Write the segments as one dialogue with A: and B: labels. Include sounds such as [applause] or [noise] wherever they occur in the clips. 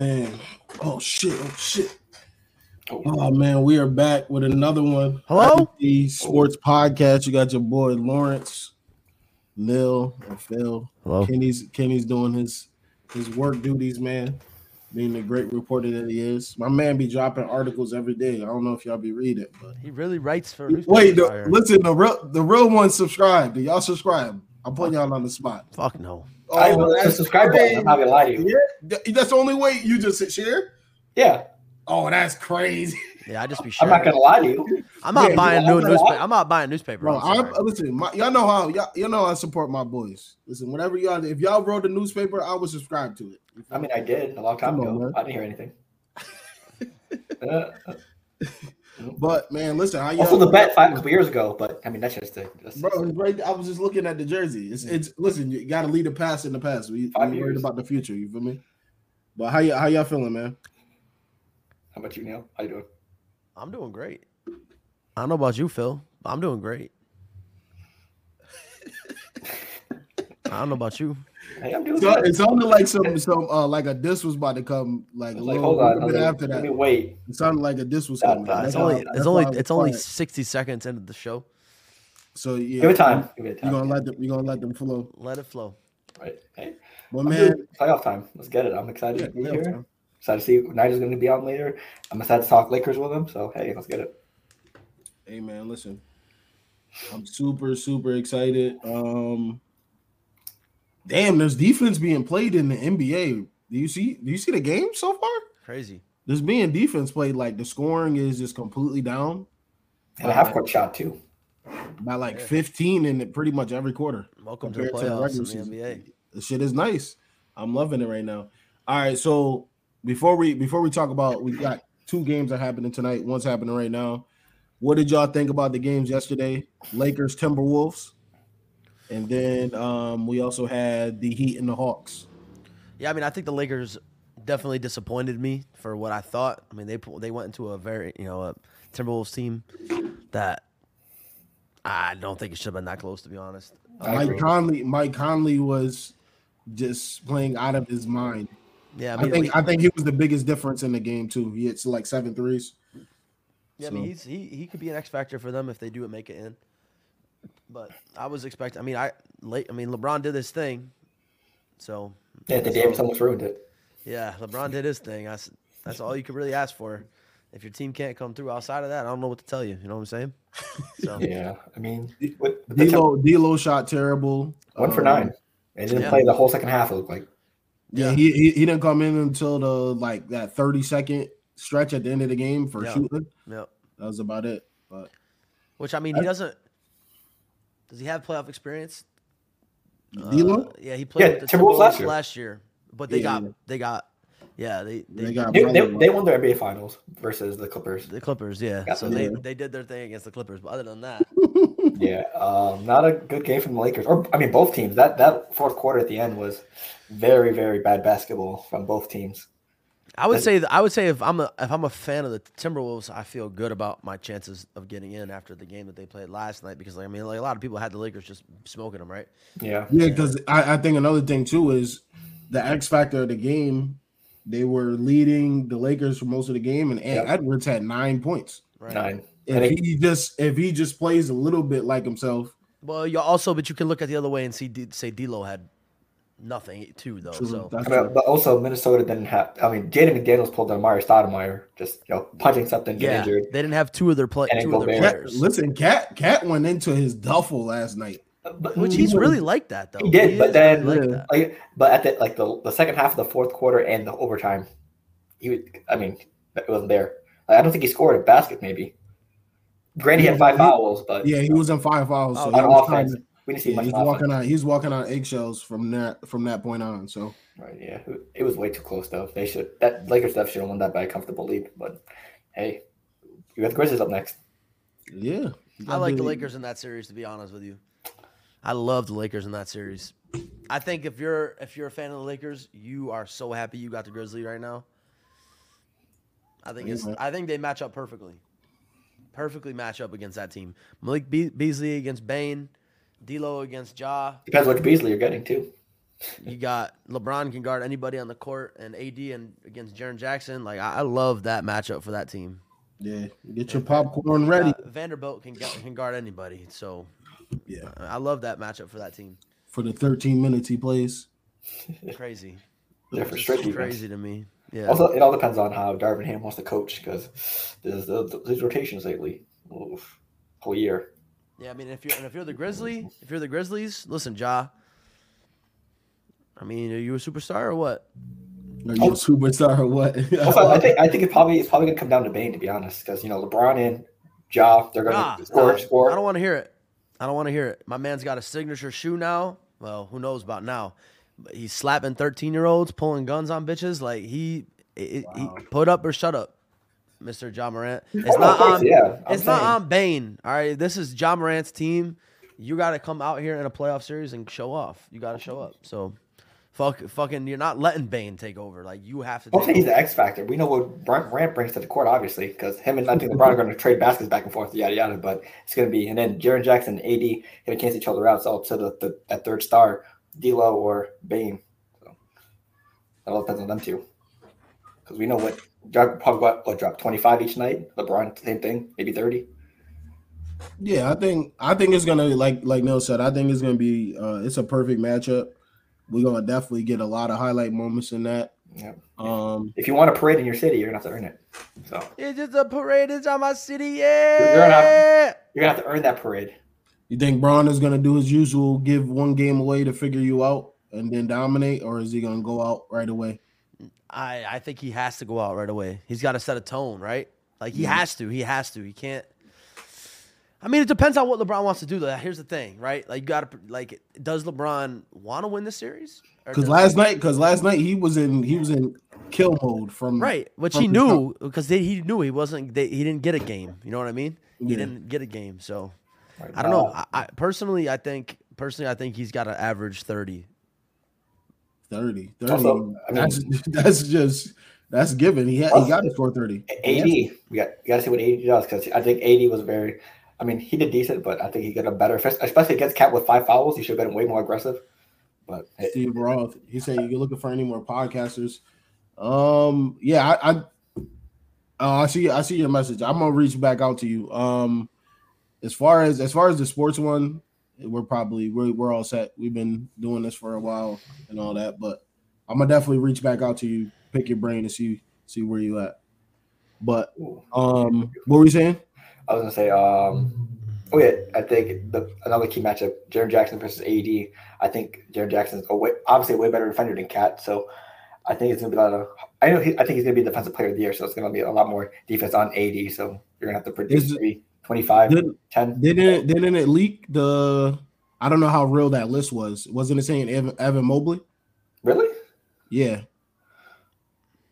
A: Man. Oh shit. Oh shit. Oh man, we are back with another one.
B: Hello?
A: The sports podcast. You got your boy Lawrence, Lil, and Phil.
B: Hello.
A: Kenny's Kenny's doing his his work duties, man. Being the great reporter that he is. My man be dropping articles every day. I don't know if y'all be reading, but
B: He really writes for.
A: wait,
B: newspapers out
A: the,
B: here.
A: listen, the real the real ones subscribe. Do y'all subscribe? I'm putting y'all on the spot.
B: Fuck no.
C: I even hit the
A: Oh, that's
C: subscribe button. I'm not gonna lie to you.
A: Yeah, th- that's the only way you just sit share.
C: Yeah,
A: Oh, that's
C: [laughs]
A: crazy.
B: Yeah, I just be.
C: I'm
B: Sharing.
C: not gonna lie to you.
B: I'm not
A: Yeah,
B: buying
C: yeah,
B: new
C: I'm not
B: newspaper.
C: lying.
B: I'm not buying newspaper.
A: Bro,
B: I'm
A: I,
B: sorry.
A: listen, my, y'all know how y'all, y'all know I support my boys. Listen, whenever y'all if y'all wrote a newspaper, I would subscribe to it.
C: I mean, I did a long time
A: Come on,
C: ago.
A: man.
C: I didn't hear
A: [laughs]
C: anything. Uh,
A: But man, listen, how y'all
C: also, the bet five a couple years ago, but I mean, that's just a, that's
A: bro, it's right, I was just looking at the jersey. It's it's listen, you gotta lead the past in the past. We we
C: Five
A: worried
C: years.
A: about the future, you feel me? But how y'all how y'all feeling, man?
C: how about you, Neil? How you doing?
B: I'm doing great. I don't know about you, Phil. but I'm doing great. I don't know about you.
C: Hey, I'm doing
A: So,
C: good.
A: it sounded like some some uh like a diss was about to come like
C: I
A: a
C: was like,
A: little,
C: hold on, I
A: little
C: was
A: bit
C: like,
A: after
C: let me
A: that.
C: wait.
A: It sounded like a diss was
C: Nah,
A: coming.
C: nah,
A: That's
B: it's
A: why-
B: only
A: that's
B: it's
A: why
B: only
A: I was
B: it's only
A: quiet.
B: 60 seconds into the show.
A: so yeah.
C: Give it time. Give it
A: You
C: time.
A: gonna let them you gonna let them flow.
B: Let it flow.
C: Right. Hey,
A: But
C: I'm
A: man,
C: doing playoff time. Let's get it. I'm excited
A: yeah,
C: to be
A: playoff
C: here.
A: time.
C: Excited to see Nigel's going to be on later. I'm excited to talk Lakers with him. So hey, let's get it.
A: Hey man, listen. I'm super, super excited. Um damn, there's defense being played in the NBA. Do you see do you see the game so far?
B: Crazy.
A: There's being defense played, like the scoring is just completely down
C: And a half court shot too.
A: by like
B: Yeah.
A: 15 in it pretty much every quarter.
B: Welcome to the
A: compared
B: playoffs
A: regular
B: in the NBA.
A: season. The shit is nice. I'm loving it right now. All right, so before we before we talk about we got two games that happening tonight, one's happening right now. What did y'all think about the games yesterday? Lakers, Timberwolves, and then um, we also had the Heat and the Hawks.
B: Yeah, I mean, I think the Lakers definitely disappointed me for what I thought. I mean, they pu- they went into a very you know a Timberwolves team that I don't think it should have been that close to be honest.
C: I
A: Mike
C: agree.
A: Conley, Mike Conley was just playing out of his mind.
B: Yeah, I
A: I
B: mean,
A: think I think he was the biggest difference in the game too. He hits like seven threes.
B: yeah, I mean,
A: so-
B: he's, he he could be an X factor for them if they do make it in. But I was expecting. I mean, I late. I mean, LeBron did his thing, so
C: Yeah, the Davis almost ruined it.
B: yeah, LeBron did his thing. That's that's all you could really ask for. If your team can't come through outside of that, I don't know what to tell you. You know what I'm saying?
A: [laughs]
B: So
C: Yeah, I mean, with, with the
A: D'Lo, D'Lo shot terrible.
C: One for
A: Um,
C: nine. And didn't
B: Yeah.
C: play the whole second half, it looked like.
A: Yeah,
B: Yeah.
A: He, he he didn't come in until the like that thirty second stretch at the end of the game for
B: Yeah.
A: shooting.
B: yeah.
A: That was about it. But
B: Which I mean, he
A: I-
B: doesn't. Does he have playoff experience? Uh,
A: D'Lo,
B: yeah, he played
C: Yeah,
B: with the
C: Timberwolves
B: Timberwolves
C: last year.
B: last year, but they
A: Yeah.
B: got they got yeah they they,
A: they got
C: They,
A: Bradley
C: they,
A: Beal.
C: they won their NBA Finals versus the Clippers.
B: the Clippers yeah,
C: Yeah.
B: so they
A: Yeah.
B: they did their thing against the Clippers. But other than that,
C: [laughs] Yeah, um, not a good game from the Lakers. Or I mean, both teams. That that fourth quarter at the end was very very bad basketball from both teams.
B: I would
C: That-
B: say that I would say if I'm a if I'm a fan of the Timberwolves, I feel good about my chances of getting in after the game that they played last night because like, I mean like a lot of people had the Lakers just smoking them right.
C: Yeah,
A: yeah, because I, I think another thing too is the X factor of the game. They were leading the Lakers for most of the game, and Ant
C: Yeah.
A: Edwards had nine points.
B: Right.
C: nine. And
A: If
C: it-
A: he just if he just plays a little bit like himself,
B: Well, you also but you can look at the other way and see D, say D'Lo had nothing too though.
A: true,
B: Oh, So
A: that's
C: I mean,
A: true.
C: but also Minnesota didn't have. I mean, Jaden McDaniels pulled on Amari Stoudemire, just you know punching something, getting
B: yeah,
C: injured.
B: they didn't have two of their play
C: And
B: two of their
C: Gobert.
A: Cat,
B: players.
A: listen, Cat Cat went into his duffel last night.
C: But,
B: Which he's really like that though.
C: He did, but
B: is
C: then-
B: really
A: Yeah.
B: like that.
C: like, Oh, but at the like the, the second half of the fourth quarter and the overtime, he was. I mean, it wasn't there. I don't think he scored a basket. Maybe. Granny had five fouls, but
A: Yeah, he was in five fouls.
B: Oh,
A: So
B: yeah.
A: he
C: on
A: was trying
C: offense,
A: to-
C: we didn't see
A: Yeah,
C: much.
A: he's
C: of offense.
A: walking on he's walking on eggshells from that from that point on. So
C: Right, yeah. It was way too close though. They should that Lakers def should have won that by a comfortable lead, but hey, you got the Grizzlies up next.
A: yeah,
B: I like the Lakers in that series to be honest with you. I love the Lakers in that series. I think if you're if you're a fan of the Lakers, you are so happy you got the Grizzly right now. I think it's
A: Amen.
B: I think they match up perfectly. Perfectly match up against that team. Malik Be- Beasley against Bain, D'Lo against Ja.
C: Depends which Beasley you're getting too.
B: You got LeBron can guard anybody on the court, and AD and against Jaron Jackson. Like I, I love that matchup for that team.
A: Yeah, get your popcorn ready.
B: Uh, Vanderbilt can gu- can guard anybody, so
A: Yeah,
B: I I love that matchup for that team.
A: for the 13 minutes he plays.
B: Crazy,
C: They're for
B: It's
C: straight defense.
B: crazy to me. Yeah,
C: Also, it all depends on how Darvin Ham wants to coach because there's the, these rotations lately, Oof. whole year.
B: yeah. I mean, if you're and if you're the Grizzly, if you're the Grizzlies, listen, Ja. I mean, are you a superstar or what?
A: Are you a superstar or what?
C: Also, Oh. [laughs] I think I think it probably it's probably gonna come down to Bane to be honest because you know LeBron and Ja they're gonna
B: Nah,
C: score
B: nah, I don't
C: score.
B: want to hear it. I don't want to hear it. My man's got a signature shoe now. Well, who knows about now? But he's slapping thirteen year olds, pulling guns on bitches. Like he, it, he put up or shut up, Mister John Morant. It's
C: Oh,
B: not
C: of course,
B: on.
C: yeah, I'm
B: it's not um,
C: saying.
B: on Bane. All right, this is John Morant's team. You got to come out here in a playoff series and show off. You got to show up. So, fuck, fucking, you're not letting Bane take over. Like you have to.
C: I'm saying
B: Take
C: he's
B: over.
C: the X factor. We know what Brent Rant brings to the court, obviously, because him and I think LeBron are going to trade baskets back and forth, yada yada. But it's going to be, and then Jaron Jackson, and AD, going to cancel each other out. So up to the, the that third star, D'Lo or Bane. So that all depends on them too, because we know what drop probably what, what drop 25 each night. LeBron, same thing, maybe 30.
A: [laughs] Yeah, I think I think it's gonna like like Neil said. I think it's gonna be uh it's a perfect matchup. We're gonna definitely get a lot of highlight moments in that.
C: Yep.
A: Um,
C: If you want a parade in your city, you're gonna have to earn it. So
B: It's just a parade. It's on my city.
C: you're not-
B: Yeah.
C: you're gonna have to earn that parade.
A: you think Braun is gonna do his usual, give one game away to figure you out and then dominate, or is he gonna go out right away?
B: I, I think he has to go out right away. He's got to set a tone, right? Like he
A: Yeah.
B: has to. He has to. He can't. I mean, it depends on what LeBron wants to do. Though. Here's the thing, right? Like you got to like, does LeBron want to win the series? Or
A: Because
B: does-
A: last night, because last night he was in he was in kill mode from
B: right, which
A: from
B: he
A: the
B: knew because they- he knew he wasn't. They, he didn't get a game. You know what I mean? He
A: Yeah.
B: didn't get a game. So
C: Right
B: I don't know.
C: now,
B: I, I personally, I think personally, I think he's got to average thirty.
A: 30. 30.
C: Also,
A: [laughs]
C: I mean-
A: that's that's just that's given. He had, he got to score 30.
C: AD, we got we got to see what AD does because I think AD was very. I mean, he did decent, but I think he got a better, especially against Cat with five fouls. He should have been way more aggressive. But it,
A: Steve Roth. He said you're looking for any more podcasters. Um, yeah, I, I, uh, I see, I see your message. I'm gonna reach back out to you. Um, as far as as far as the sports one, we're probably we're, we're all set. We've been doing this for a while and all that, but I'm gonna definitely reach back out to you, pick your brain, and see see where you at. But
C: ooh,
A: um, what were you saying?
C: I was gonna say, um, oh yeah, I think the another key matchup, Jaron Jackson versus AD. I think Jaron Jackson's a way, obviously a way better defender than Cat, so I think it's gonna be a lot of. I know he, I think he's gonna be defensive player of the year, so it's gonna be a lot more defense on AD. So you're gonna have to produce
A: Is-
C: maybe 25,
A: Did,
C: 10.
A: didn't it, didn't it leak the? I don't know how real that list was. Wasn't it saying Evan, Evan Mobley?
C: really?
A: Yeah.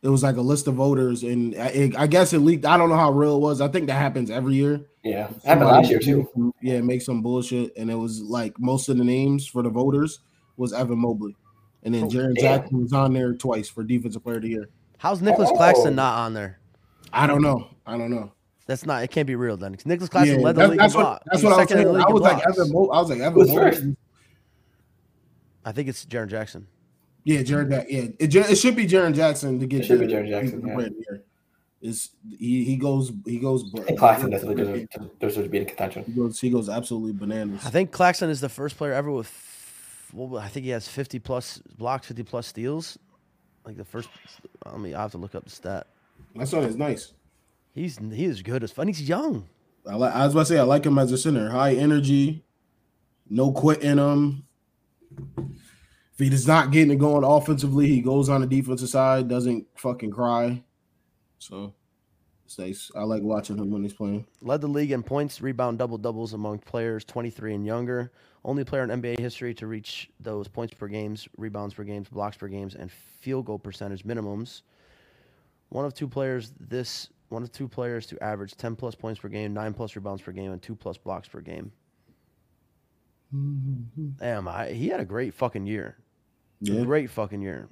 A: It was like a list of voters, and I, it, I guess it leaked. I don't know how real it was. I think that happens every year.
C: Yeah, it happened last year too.
A: Yeah, make some bullshit, and it was like most of the names for the voters was Evan Mobley, and then
B: Oh,
A: Jaron
C: damn.
A: Jackson was on there twice for Defensive Player of the Year.
B: How's Nicholas
C: Oh.
B: Claxton not on there?
A: I don't know. I don't know.
B: That's not. It can't be real then. Nicholas Claxton
A: Yeah,
B: led the
A: that-
B: league
A: that's
B: in
A: what
B: block.
A: that's
B: He
A: what I was
B: second in
A: saying.
B: the league
A: I
B: in
A: was like
B: blocks.
A: Evan. Mo- I was like Evan
C: Who's
A: Mobley.
C: first?
B: I think it's Jaron Jackson.
A: Yeah, Jaron. Ja- Yeah, it, Ja- it should be Jaron Jackson to get
C: It should be
A: the
C: Jaren Jackson,
A: Defensive
C: yeah.
A: Player of the Year. Is he? He goes. He goes.
C: I think Claxton definitely deserves, deserves to be in contention.
A: He goes, he goes absolutely bananas.
B: I think Claxton is the first player ever with. f- Well, I think he has 50 plus blocks, 50 plus steals. Like the first. I mean, I have to look up the stat.
A: My son is nice.
B: He's he is good as fun. He's young.
A: I, li- I was about to say I like him as a center. High energy, no quit in him. If he does not getting it going offensively, he goes on the defensive side, doesn't fucking cry. So it's nice. I like watching him when he's playing.
B: Led the league in points, rebound, double doubles among players 23 and younger. Only player in NBA history to reach those points per games, rebounds per games, blocks per games, and field goal percentage minimums. One of two players this one of two players to average 10 plus points per game, nine plus rebounds per game, and two plus blocks per game. Damn, I, he had a great fucking year.
A: Yeah,
B: Great fucking year.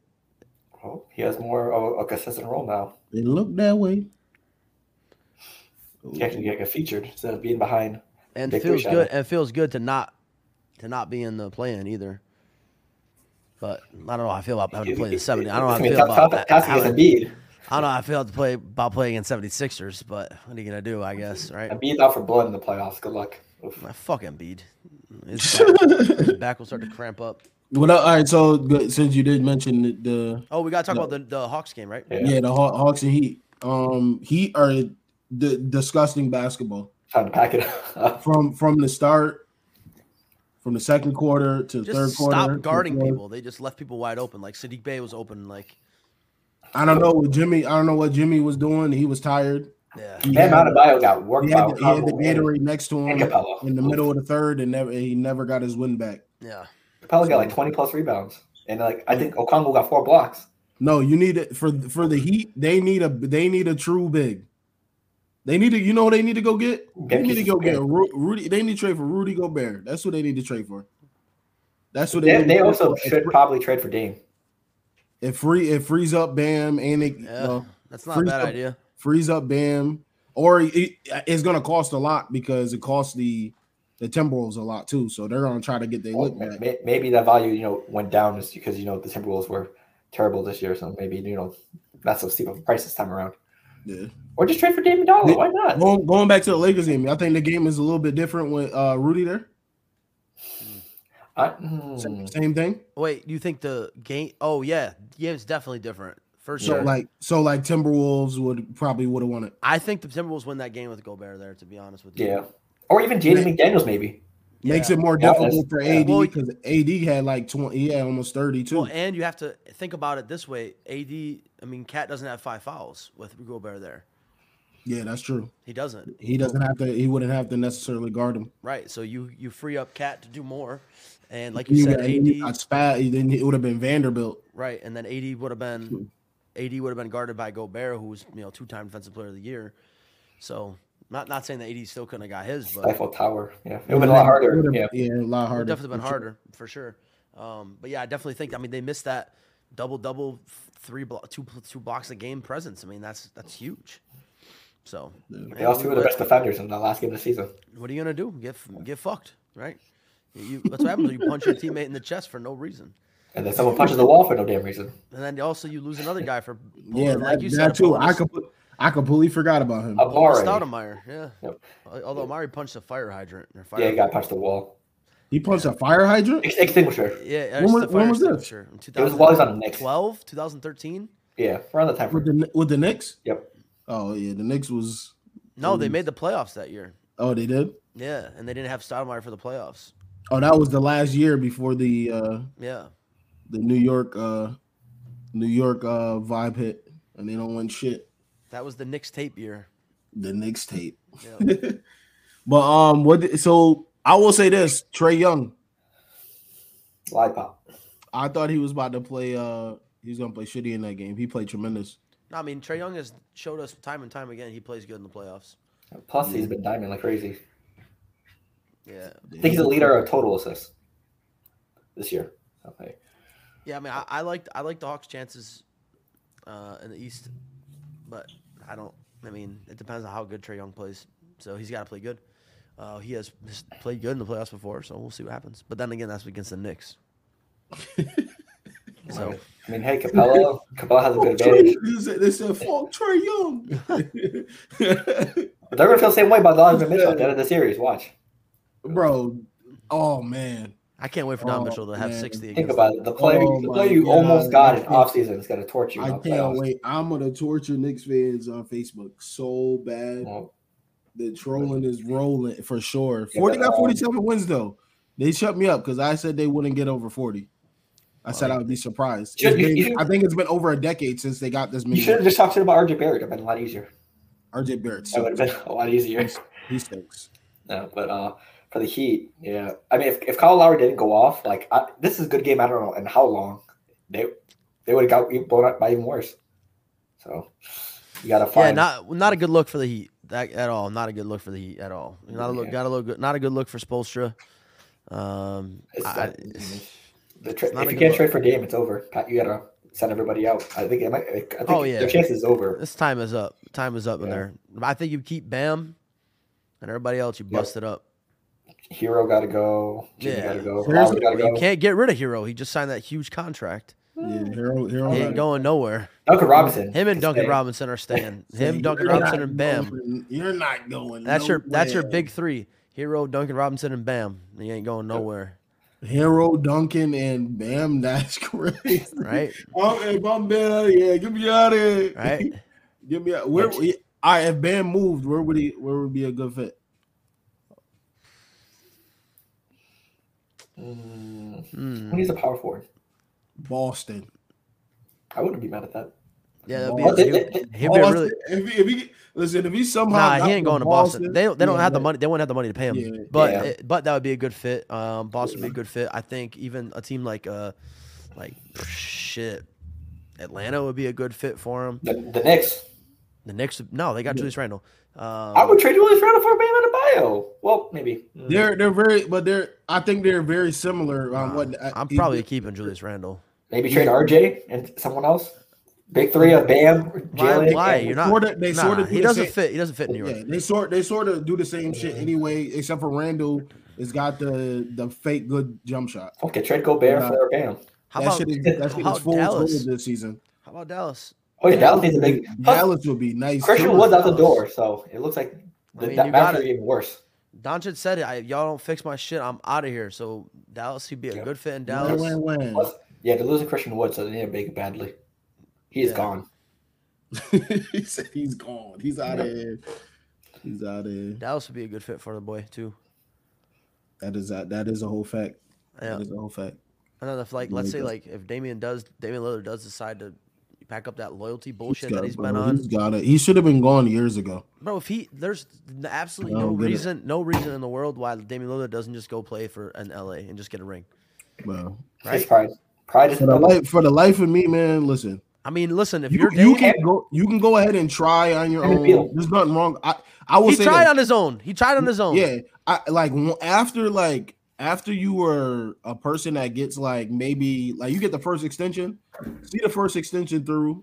C: Well, he has more of a consistent role now.
A: it looked that way.
C: He actually get get featured instead of being behind.
B: And
C: Victor
B: feels
C: Shadow.
B: good and feels good to not to not be in the play in either. But I don't know how I feel about having to play
C: [laughs]
B: the 70. I don't know how
C: I
B: I
C: mean,
B: feel about
C: Task
B: that.
C: is
B: having-
C: Embiid.
B: I don't know how I feel to play about playing against 76ers, but what are you gonna do? I guess right.
C: Embiid's out for blood in the playoffs. Good luck. Oof.
B: My fuck Embiid. His
C: [laughs]
B: back, his back will start to cramp up.
A: What el- all right, so good, since you did mention the, the
B: Oh, we gotta talk
A: No.
B: about the, the Hawks game, right?
C: Yeah.
A: yeah. the Haw- Hawks and Heat, um, Heat are the disgusting basketball
C: Time to pack it
A: [laughs]
C: up.
A: from from the start, from the second quarter to the third
B: Just
A: quarter. to
B: stop
A: the
B: guarding
A: fourth.
B: people. They just left people wide open. Like Sadiq Bay was open. Like
A: I don't know what Jimmy. I don't know what Jimmy was doing. He was tired.
B: yeah,
A: He
C: Bam
A: had-
C: Adebayo got worked
A: He had,
C: out.
A: the, he had the Gatorade next to
C: and
A: him
C: Capella.
A: in the middle of the third, and never he never got his win back.
B: yeah.
C: Capella got like 20 plus rebounds. And like I think Okongo got four blocks.
A: No, you need it for for the Heat. They need a they need a true big. They need to you know what they need to go get. They need to go get Ru- Rudy. They need to trade for Rudy Gobert. That's what they need to trade for. That's what they.
C: They,
A: need to
C: they
A: trade
C: also
A: for.
C: should probably trade for Dame.
A: It free it frees up Bam and it
B: Yeah,
A: well,
B: that's not a
A: freeze
B: bad
A: up-
B: idea.
A: frees up Bam or it, it's going to cost a lot because it costs the the Timberwolves a lot too. So they're going to try to get their
C: Oh,
A: look back.
C: May- Maybe that value, you know, went down just because you know the Timberwolves were terrible this year, so maybe you know not so steep of a price this time around.
A: Yeah.
C: Or just trade for Damian Dollar. Why not?
A: Going, going back to the Lakers game, I think the game is a little bit different with uh, Rudy there.
C: I,
B: Mm-hmm.
A: Same,
C: mm,
A: same thing.
B: Wait, you think the game? Oh yeah, yeah, it's definitely different for
A: So
B: sure.
A: like so like Timberwolves would probably would have won it.
B: I think the Timberwolves win that game with Gobert there. To be honest with you,
C: yeah. Or even Jaden McDaniels, maybe.
A: Makes
B: Yeah.
A: it more
C: Yeah, that's-
A: difficult for
C: yeah.
A: AD
B: Well,
A: because AD had like twenty, yeah, almost thirty too.
B: Well, and you have to think about it this way. AD, I mean, Cat doesn't have five fouls with Gobert there.
A: yeah, that's true.
B: He doesn't.
A: He doesn't have to. He wouldn't have to necessarily guard him.
B: Right. So you you free up Cat to do more, and like you,
A: You
B: said,
A: got, you
B: AD.
A: got Spa- then it would have been Vanderbilt.
B: Right, and then AD would have been AD would have been guarded by Gobert, who was you know two time defensive player of the year. So not not saying that AD still couldn't have got his, but it
C: Eiffel Tower. Yeah. It would have been a lot harder.
A: Would've-
C: Yeah.
A: yeah, a lot harder.
B: would definitely been
A: for sure.
B: harder for sure. Um, but yeah, I definitely think. I mean, they missed that double double, three blo- two two blocks a game presence. I mean, that's that's huge. So
C: They also were the
B: what,
C: best defenders in the last game of the season.
B: what are you gonna do? Get f- get fucked, right? You, that's what happens when you punch your teammate in the chest for no reason,
C: And then someone punches the wall for no damn reason.
B: and then also you lose another guy for
A: Yeah,
B: pulling,
A: that,
B: like you said,
A: that too.
B: pulling a
A: I completely, I completely forgot about him.
C: Up
B: Paul
C: already.
B: Stoudemire, yeah.
C: Yep.
B: Al- Although Amari punched a fire hydrant or fire.
C: Yeah, he got punched the wall.
A: He punched a fire hydrant.
C: [laughs] Ex- extinguisher.
B: Yeah,
A: When
B: it's
A: was-
B: the
A: when
B: fire
A: was this?
B: extinguisher in
C: It was while he was on the Knicks.
B: 2012, 2013.
C: Yeah. Around the time
A: With
C: for
A: the with the Knicks?
C: Yep.
A: Oh yeah, the Knicks was
B: No, they
A: Mm.
B: made the playoffs that year.
A: oh they did.
B: Yeah, and they didn't have Stoudemire for the playoffs.
A: Oh, that was the last year before the uh
B: Yeah,
A: the New York uh New York uh vibe hit and they don't win shit.
B: that was the Knicks tape year.
A: The Knicks tape.
B: Yeah.
A: But um what did- so I will say this, Trey Young.
C: Slide Pop.
A: I thought he was about to play uh he was gonna play shitty in that game. He played tremendous.
B: no, I mean Trey Young has showed us time and time again he plays good in the playoffs.
C: Plus, he's been diamond like crazy.
B: Yeah,
C: I think he's the leader of total assists this year. Okay.
B: yeah. I mean, I, I liked I liked the Hawks' chances uh, in the East, but I don't. I mean, it depends on how good Trey Young plays. So he's got to play good. Uh, he has has played good in the playoffs before, so we'll see what happens. But then again, that's against the Knicks. so
C: I mean, hey, Capella. Capella has a good
A: Fuck Oh, Trey-
C: advantage.
A: They said- they said fuck Trey Young. [laughs]
C: But they're gonna feel the same way about Donovan Mitchell at the end of the series. Watch.
A: Bro, oh man.
B: I can't wait for Don
A: Oh,
B: Mitchell to have
A: man.
B: sixty.
C: Think
B: Against
C: about it. The player,
A: Oh
C: the
A: my
C: player you
A: God.
C: almost got in offseason is gonna torture you.
A: I
C: in the
A: can't
C: playoffs.
A: wait. I'm gonna torture Knicks fans on Facebook so bad.
C: Well,
A: The trolling is rolling for sure.
C: Yeah,
A: 40
C: but,
A: got
C: um,
A: 47 wins though. They shut me up because I said they wouldn't get over 40. I said
B: Well,
A: I would be surprised.
C: Should-
A: It's been-
C: you should-
A: I think it's been over a decade since they got this
C: You should have
A: many.
C: just talked to him about RJ Barrett. It'd have been a lot easier.
A: RJ Barrett,
C: That would have been a lot easier.
A: he stinks.
C: No, but uh, for the Heat, yeah. I mean, if, if Kyle Lowry didn't go off, like I, this is a good game. I don't know in how long they they would have got even blown up by even worse. So you gotta
B: yeah,
C: find.
B: not not a good look for the Heat that, at all. Not a good look for the Heat at all. Not a look.
C: Yeah.
B: Got a look. Good, not a good look for Spolstra. Um,
C: it's,
B: I,
C: the tra-
B: it's not
C: if
B: a good
C: you can't
B: look.
C: trade for Dame, it's over. Pat, You gotta send everybody out. I think. It might, I think
B: Oh, yeah.
C: their chance is over.
B: this time is up. Time is up in
C: Yeah.
B: there. I think you keep Bam and everybody else. You
C: Yep.
B: bust it up.
C: Hero got to go. Jimmy
B: Yeah.
C: got to go.
A: Here's-
C: Lowry got to
B: You
C: go.
B: can't get rid of Hero. He just signed that huge contract.
A: Yeah, Hero, Hero.
B: He ain't going nowhere.
C: Duncan Robinson.
B: Him and
C: can
B: Duncan
C: stay.
B: Robinson
A: [laughs]
B: are staying. Him, Duncan
A: You're not
B: Robinson, and Bam.
A: going- You're not going.
B: That's your that's your
A: nowhere.
B: big three: Hero, Duncan Robinson, and Bam. He ain't going nowhere,
A: Hero, Duncan, and Bam. [laughs] That's crazy.
B: right?
A: Oh, if I'm Bam, yeah, get me out of here. [laughs]
B: Right?
A: Give me out. Where? Yeah, all right, if Bam moved, where would he? Where would be a good fit?
C: Mm,
B: Hmm.
C: he's a power forward.
A: Boston.
C: I wouldn't be mad at that.
B: Yeah, that'd be,
A: Well,
B: he would- he'd be a
A: Boston,
B: really.
A: if, he, if he listen, if he somehow
B: Nah,
A: got
B: he ain't going to Boston. They don't- they don't
A: yeah,
B: have the
A: right.
B: money. They won't have the money to pay him.
A: Yeah. Mm-hmm.
B: But
C: Yeah.
B: it- but that would be a good fit. Um, Boston would be a good fit. I think even a team like uh like shit, Atlanta would be a good fit for him.
C: The, the Knicks.
B: The Knicks, no, they got Julius Randle. Um,
C: I would trade Julius Randle for Bam Adebayo. Well, maybe. Mm.
A: They're they're very, but they're. I think they're very similar. On what
B: uh, I'm probably keeping Julius Randle.
C: Maybe trade RJ and someone else. Big three of Bam,
B: Why?
A: [laughs]
C: Jalen.
B: why?
C: and-
B: You're not.
A: sorta- they
B: nah,
A: sorta do
B: he
A: the
B: doesn't
A: same-
B: fit. He doesn't fit in New York.
A: Yeah, they sort they sort of do the same shit anyway, except for Randall has got the the fake good jump shot.
C: Okay, trade Gobert
A: Nah.
C: for Bam.
B: How
A: that
B: about [laughs]
A: shit is that shit
B: how
A: is
B: about
A: full
B: Dallas?
A: total this season.
B: how about Dallas?
C: Oh yeah, Dallas needs a big. [laughs] Huh,
A: Dallas would be nice.
C: Christian
A: too.
C: Wood's out the door, so it looks like
B: I
C: the,
B: mean,
C: that
B: you gotta-
C: matchup even worse.
B: Doncic said it. I, y'all don't fix my shit. I'm out of here. So Dallas, he'd be a
C: Yeah.
B: good fit
A: Wham,
B: in [laughs] Dallas.
A: wham, wham.
C: Plus, yeah, they're losing Christian Wood, so they need a big badly. He is
B: Yeah.
C: gone.
A: [laughs] he said he's gone. He's out of here. He's out of here.
B: Dallas would be a good fit for the boy too.
A: That is a, that is a whole fact.
B: Yeah.
A: That is a whole fact.
B: I know if like
A: Yeah,
B: let's
A: he
B: say
A: does.
B: like if Damian does Damian Lillard does decide to pack up that loyalty bullshit
A: got
B: that
A: it,
B: he's
A: bro.
B: been on,
A: He's got it. He should have been gone years ago.
B: bro. If he there's n- absolutely
A: I
B: no
A: don't get it.
B: reason, no reason in the world why Damian Lillard doesn't just go play for an LA and just get a ring.
A: Bro.
C: It's
B: Right?
C: pride. Pride is
A: For the life for the life of me, man. Listen,
B: I mean, listen, if
A: you,
B: you're
A: you
B: Damian,
A: can go you can go ahead and try on your
C: Let me
A: own.
C: feel.
A: There's nothing wrong. I I will
B: he
A: say
B: tried
A: this.
B: on his own. He tried on his own.
A: Yeah, I like w- after like after you were a person that gets like maybe like you get the first extension, see the first extension through,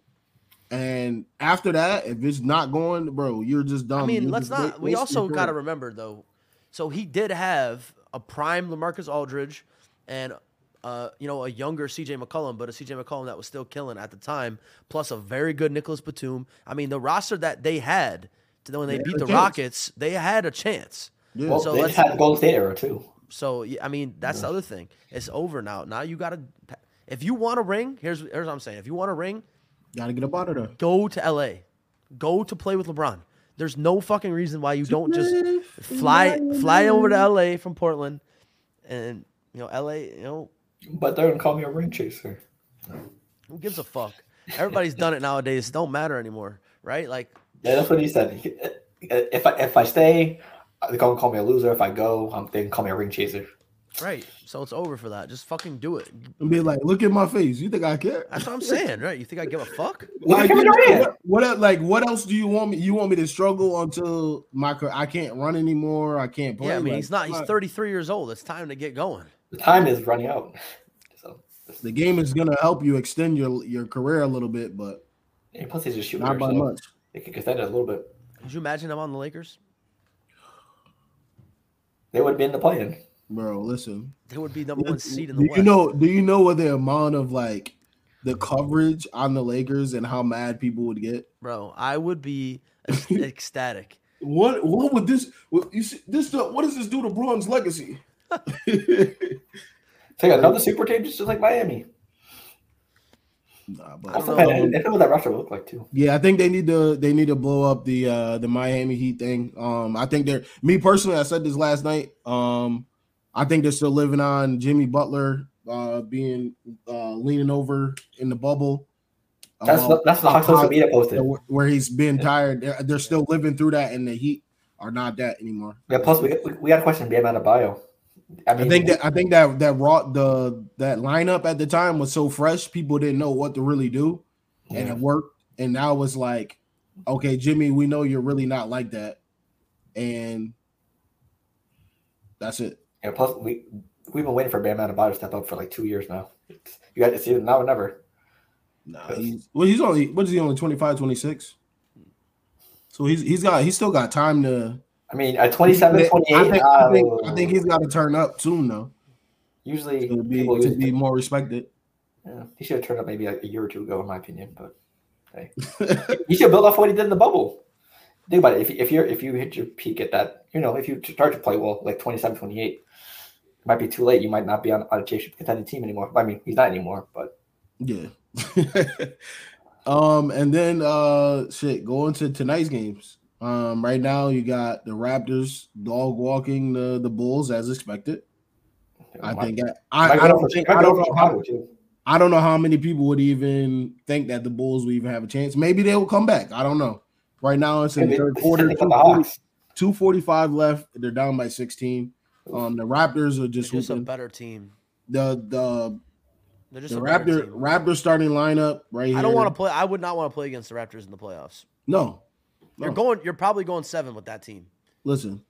A: and after that, if it's not going, bro, you're just dumb.
B: I mean,
A: You're
B: let's
A: just wa-
B: not. We
A: wasting
B: also
A: your
B: got to
A: time.
B: remember though. So he did have a prime Lamarcus Aldridge, and uh, you know a younger CJ McCollum, but a CJ McCollum that was still killing at the time, plus a very good Nicholas Batum. I mean, the roster that they had to when they
A: They
B: beat
A: had a
B: the
A: chance.
B: Rockets, they had a chance.
A: Yeah.
C: Well,
B: So
C: they
B: let's-
C: just had the Golden State era too.
B: So yeah, I mean, that's the other thing. It's over now. Now you got to. If you want a ring, here's here's what I'm saying. If you want a ring,
A: gotta get up out of there.
B: go to LA. Go to play with LeBron. There's no fucking reason why you don't just fly fly over to LA from Portland and you know LA, you know,
C: But they're gonna call me a ring chaser.
B: who gives a fuck? Everybody's done it nowadays. It don't matter anymore, right? Like
C: Yeah, that's what he said. He- uh, If I if I stay, uh, they're gonna call me a loser. If I go, um, they can call me a ring chaser.
B: right. So it's over for that. Just fucking do it.
A: and be like, look at my face. You think I care?
B: That's what I'm saying, right? You think I give
A: [laughs]
B: a fuck?
C: Look at
A: Like,
C: Kevin
A: you know,
C: Durant.
A: what, what el- like what else do you want me? You want me to struggle until my car- I can't run anymore. I can't play.
B: Yeah, I mean
A: Like,
B: he's not
A: I'm
B: he's 33 years old. It's time to get going.
C: The time is running out. So
A: The game is gonna help you extend your your career a little bit, but
C: and plus, he's just shooting.
A: not by much.
C: They could extend it a little bit.
B: Could you imagine him on the Lakers?
C: They would have been the plan.
A: Bro, listen.
B: They would be number one seed in the
A: do
B: West.
A: you know? Do you know what the amount of like the coverage on the Lakers and how mad people would get?
B: Bro, I
A: [laughs]
B: would be ec- ecstatic.
A: What what would this? What, you see, this what does this do to Braun's [laughs] legacy?
C: So yeah, another super team just like Miami.
A: nah, but
C: I
B: don't
C: forgot-
B: know.
C: I don't know what that roster looked like too.
A: Yeah, I think they need to they need to blow up the uh the Miami Heat thing. Um I think they're me personally, I said this last night. Um I think they're still living on Jimmy Butler uh being uh leaning over in the bubble.
C: That's
A: Um,
C: the, that's the hot social media posted.
A: where- where he's been tired. They're, they're still living through that and the Heat are not that anymore.
C: Yeah, plus we we, we got a question Bam out of bio. I
A: I
C: mean,
A: think that I think that that raw the that lineup at the time was so fresh, people didn't know what to really do. and it worked. And now it's like, okay, Jimmy, we know you're really not like that, and that's it.
C: Yeah, plus we we've been waiting for Bam Adebayo to step up for like two years now. It's, you got to see it now or never.
A: Nah, he's, well, he's only what is he only 25, 26? So he's he's got he's still got time to
C: I mean, at 27, 28,
A: I think, I, think,
C: uh,
A: I think he's got to turn up soon though
C: usually
A: to be
C: people
A: to
C: use
A: be more respected.
C: Yeah, he should have turned up maybe like a year or two ago, in my opinion. But
A: [laughs]
C: hey, he should build off what he did in the bubble. Think about it. If, if you're if you hit your peak at that, you know, if you start to play well, like 27, 28, it might be too late. You might not be on, on a championship contending team anymore. I mean, he's not anymore, but
A: Yeah. [laughs] um, and then uh shit, going to tonight's games. Um, right now you got the Raptors dog walking the, the Bulls as expected.
C: you know,
A: I
C: might-
A: think I,
C: might
A: I,
C: go
A: I don't
C: for-
A: think
C: might
A: I
C: go
A: don't
C: for
A: know
C: Chicago,
A: how
C: too.
A: I don't know how many people would even think that the Bulls would even have a chance. Maybe they will come back. I don't know. Right now it's in
C: Maybe
A: the third
C: it's
A: quarter.
C: sitting on the Hawks.
A: 245 left. They're down by 16. Um, the Raptors are
B: They're
A: just
B: just a
A: hooping.
B: better team.
A: the the
B: They're just
A: the
B: a better
A: Raptor
B: team.
A: Raptor starting lineup right here.
B: I don't want to play. I would not want to play against the Raptors in the playoffs.
A: No,
B: You're
A: No.
B: going. You're probably going seven with that team.
A: Listen,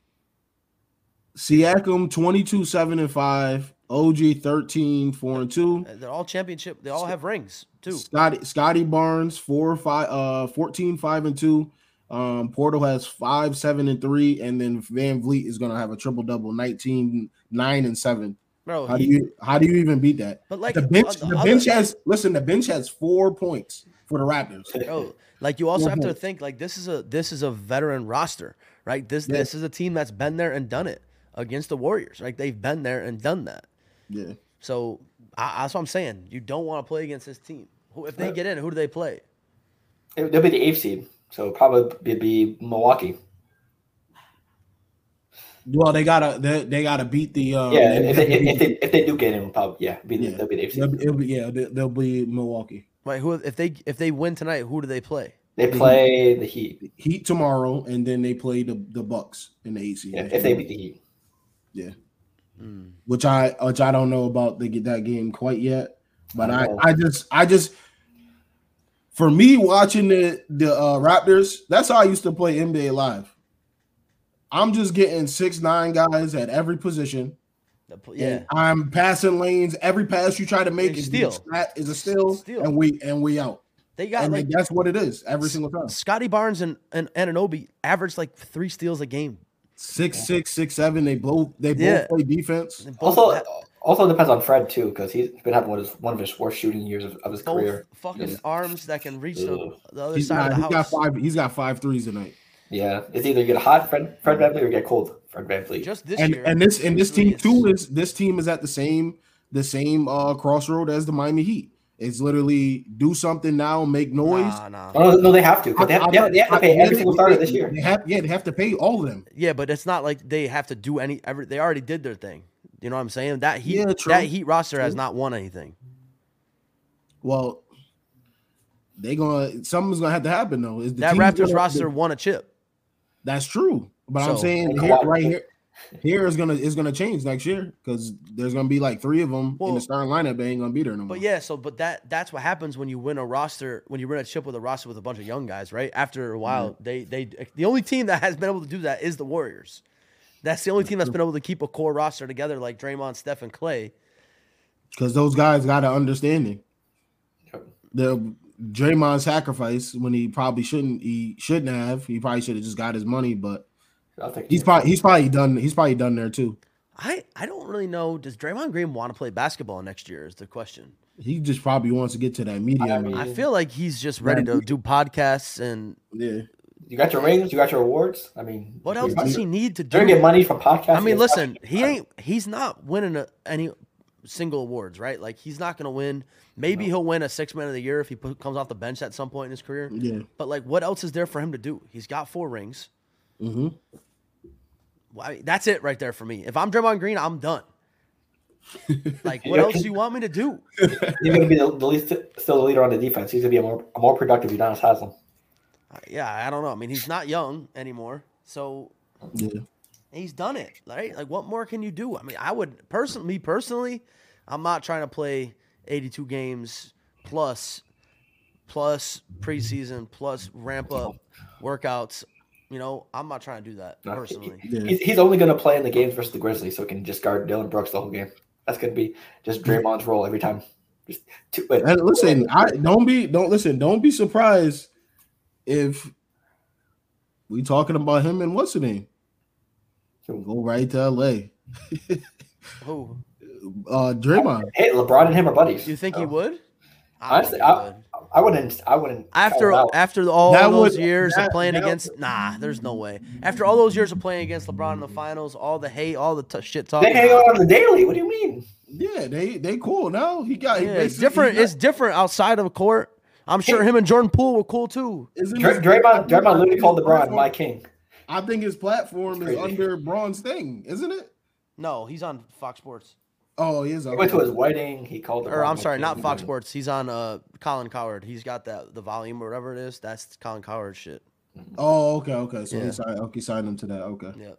A: Siakam 22, 7 and 5, OG 13, 4 and 2,
B: Uh, They're all championship. They all have rings too.
A: Scotty, Scotty Barnes 4, 5, uh, 14, 5 and 2. Um, Portal has 5, 7 and 3, and then Van Vliet is gonna have a triple double 19, 9 and 7.
B: Bro,
A: How do
B: Oh, he-
A: you how do you even beat that?
B: but like
A: The bench,
B: on
A: the
B: other-
A: bench has listen, the bench has four points for the Raptors.
B: [laughs] bro, like you also have to
A: Mhm.
B: think like this is a this is a veteran roster, right? This
A: Yeah.
B: this is a team that's been there and done it against the Warriors. Like they've been there and done that.
A: Yeah.
B: So I, that's what I'm saying. You don't want to play against this team. Who, if they get in, who do they play?
C: They- They'll be the eighth seed, so probably it'd be Milwaukee.
A: Well, they gotta they, they gotta beat the uh
C: yeah,
A: they-
C: if they, if, they, if they do get in, probably yeah, be,
A: Yeah.
C: they'll be the eighth
A: they'll
C: seed.
A: be- it'll be- yeah, they- they'll be Milwaukee.
B: Right? Who if they if they win tonight, who do they play?
C: They play the Heat.
A: Heat tomorrow, and then they play the, the Bucks in the eight seed.
C: Yeah, if they beat the Heat,
B: Mm.
A: which I which I don't know about the that game quite yet, but
C: I
A: I,
C: know.
A: I just I just for me watching the the uh, Raptors, that's how I used to play NBA Live. I'm just getting six nine guys at every position.
B: The pl-
A: Yeah,
B: yeah.
A: I'm passing lanes. Every pass you try to make
B: It's
A: is
B: steal.
A: a snap- is a steal,
B: Steal.
A: and we and we out.
B: They got
A: and
B: like
A: like, that's what it is every single time.
B: Scotty Barnes and, and Ananobi averaged like three steals a game.
A: Six six six seven. They both they both
B: Yeah.
A: play defense.
B: They both
C: also
B: ha-
C: also depends on Fred too, because he's been having one of his, one of his worst shooting years of, of his
B: both
C: uh, career.
B: fucking
C: Yeah.
B: arms that can reach the,
C: Ugh.
B: the other
A: He's, not-
B: side of
A: he's
B: the house.
A: got five. He's got five threes tonight.
C: Yeah, it's either you get hot Fred Fred VanVleet or you get cold Fred VanVleet.
B: Just this
A: and
B: year,
A: and this and this
B: Grizzly
A: team
B: is-
A: too is this team is at the same the same uh crossroad as the Miami Heat. It's literally do something now, make noise.
B: Nah, nah.
C: Oh, no, no, they have to. 'cause They have, they have, they have to pay
A: I- I-
C: every single starter this year.
A: They have, yeah, they have to pay all of them.
B: Yeah, but it's not like they have to do any. Every, they already did their thing. You know what I'm saying? That heat,
A: Yeah, true,
B: that heat roster has
A: true.
B: not won anything.
A: Well, they gonna something's gonna have to happen though. Is the
B: That
A: team's
B: Raptors
A: gonna-
B: roster won a chip.
A: That's true, but I'm
B: So-
A: saying
C: Like
A: here,
C: Kawhi.
A: right here, here is gonna is gonna change next year because there's gonna be like three of them in
B: Well-
A: the starting lineup. They ain't gonna be there no more.
B: But yeah, so but that that's what happens when you win a roster when you win a chip with a roster with a bunch of young guys, right? After a while, they they the only team that has been able to do that is the Warriors. That's the only team that's been able to keep a core roster together like Draymond, Steph, and Clay.
A: because those guys got an understanding.
C: Yep.
A: The Draymond sacrifice when he probably shouldn't he shouldn't have. He probably should have just got his money, but
C: I'll take
A: he's
C: it.
A: probably he's probably done he's probably done there too.
B: I I don't really know. Does Draymond Green want to play basketball next year? Is the question.
A: He just probably wants to get to that media.
C: I
A: man.
C: mean-
B: I
C: Yeah.
B: feel like he's just ready
A: Yeah.
B: to do podcasts and
A: yeah.
C: You got your rings. You got your awards. I mean,
B: what else
C: you're
B: does he need to
C: They're gonna get
B: do?
C: money from podcasts.
B: I mean,
C: and [laughs]
B: listen,
C: stuff.
B: he ain't he's not winning a, any single awards, right? Like he's not gonna win. Maybe
C: No.
B: he'll win a six man of the year if he put, comes off the bench at some point in his career.
C: Mm-hmm.
A: Yeah.
B: But like, what else is there for him to do? He's got four rings.
C: Mm-hmm.
A: hmm
B: Well, I mean, that's it right there for me. If I'm Draymond Green, I'm
C: [laughs]
B: done. Like, what
C: Yeah.
B: else do you want me to do?
C: He's gonna be the, the least, still the leader on the defense. He's gonna be a more, a more productive Udonis Haslam.
B: I- Uh, Yeah, I don't know. I mean, he's not young anymore, so
A: Yeah.
B: he's done it, right? Like, what more can you do? I mean, I would personally, me personally, I'm not trying to play 82 games plus, plus preseason plus ramp up workouts. You know, I'm not trying to do that
C: No, he-
B: personally.
A: Yeah.
C: He's, he's only gonna play in the games versus the Grizzlies, so he can just guard Dylan Brooks the whole game. That's gonna be just Draymond's role every time. Just two, wait,
A: And listen, I don't be don't listen, don't be surprised if we talking about him and what's the name? Go right to LA.
B: Who
A: Uh Draymond.
C: Hey, LeBron and him are buddies.
B: you think he
C: so
B: would? I don't
C: Honestly,
B: think he
C: I-
B: would.
C: I wouldn't. I wouldn't. call
B: After
C: him out.
B: after all
A: That
B: those
A: would-
B: years
A: that-
B: of playing
A: that-
B: against, nah, there's no way. After all those years of playing against LeBron in the finals, all the hate, all the t- shit talk.
C: they hang out on the daily. What do you mean?
A: Yeah, they they cool now. He got he
B: Yeah, it's
A: basically-
B: different.
A: he got-
B: It's different outside of court. I'm sure him and Jordan Poole were cool too.
A: isn't
C: Dray-
A: his-
C: Draymond, Draymond literally called LeBron
A: platform-
C: my king.
A: I think his platform is
C: Crazy.
A: under Braun's thing, isn't it?
B: No, he's on Fox Sports.
A: Oh, he is.
C: He
A: on-
C: went to his wedding. He called.
B: Or
C: LeBron
B: I'm
C: my
B: sorry,
C: king.
B: not Fox Sports. He's on uh Colin Coward. He's got that the volume or whatever it is. That's Colin Coward shit.
A: Oh, okay, okay. So
B: Yeah.
A: he signed, okay, signed him to that. Okay,
B: Yeah.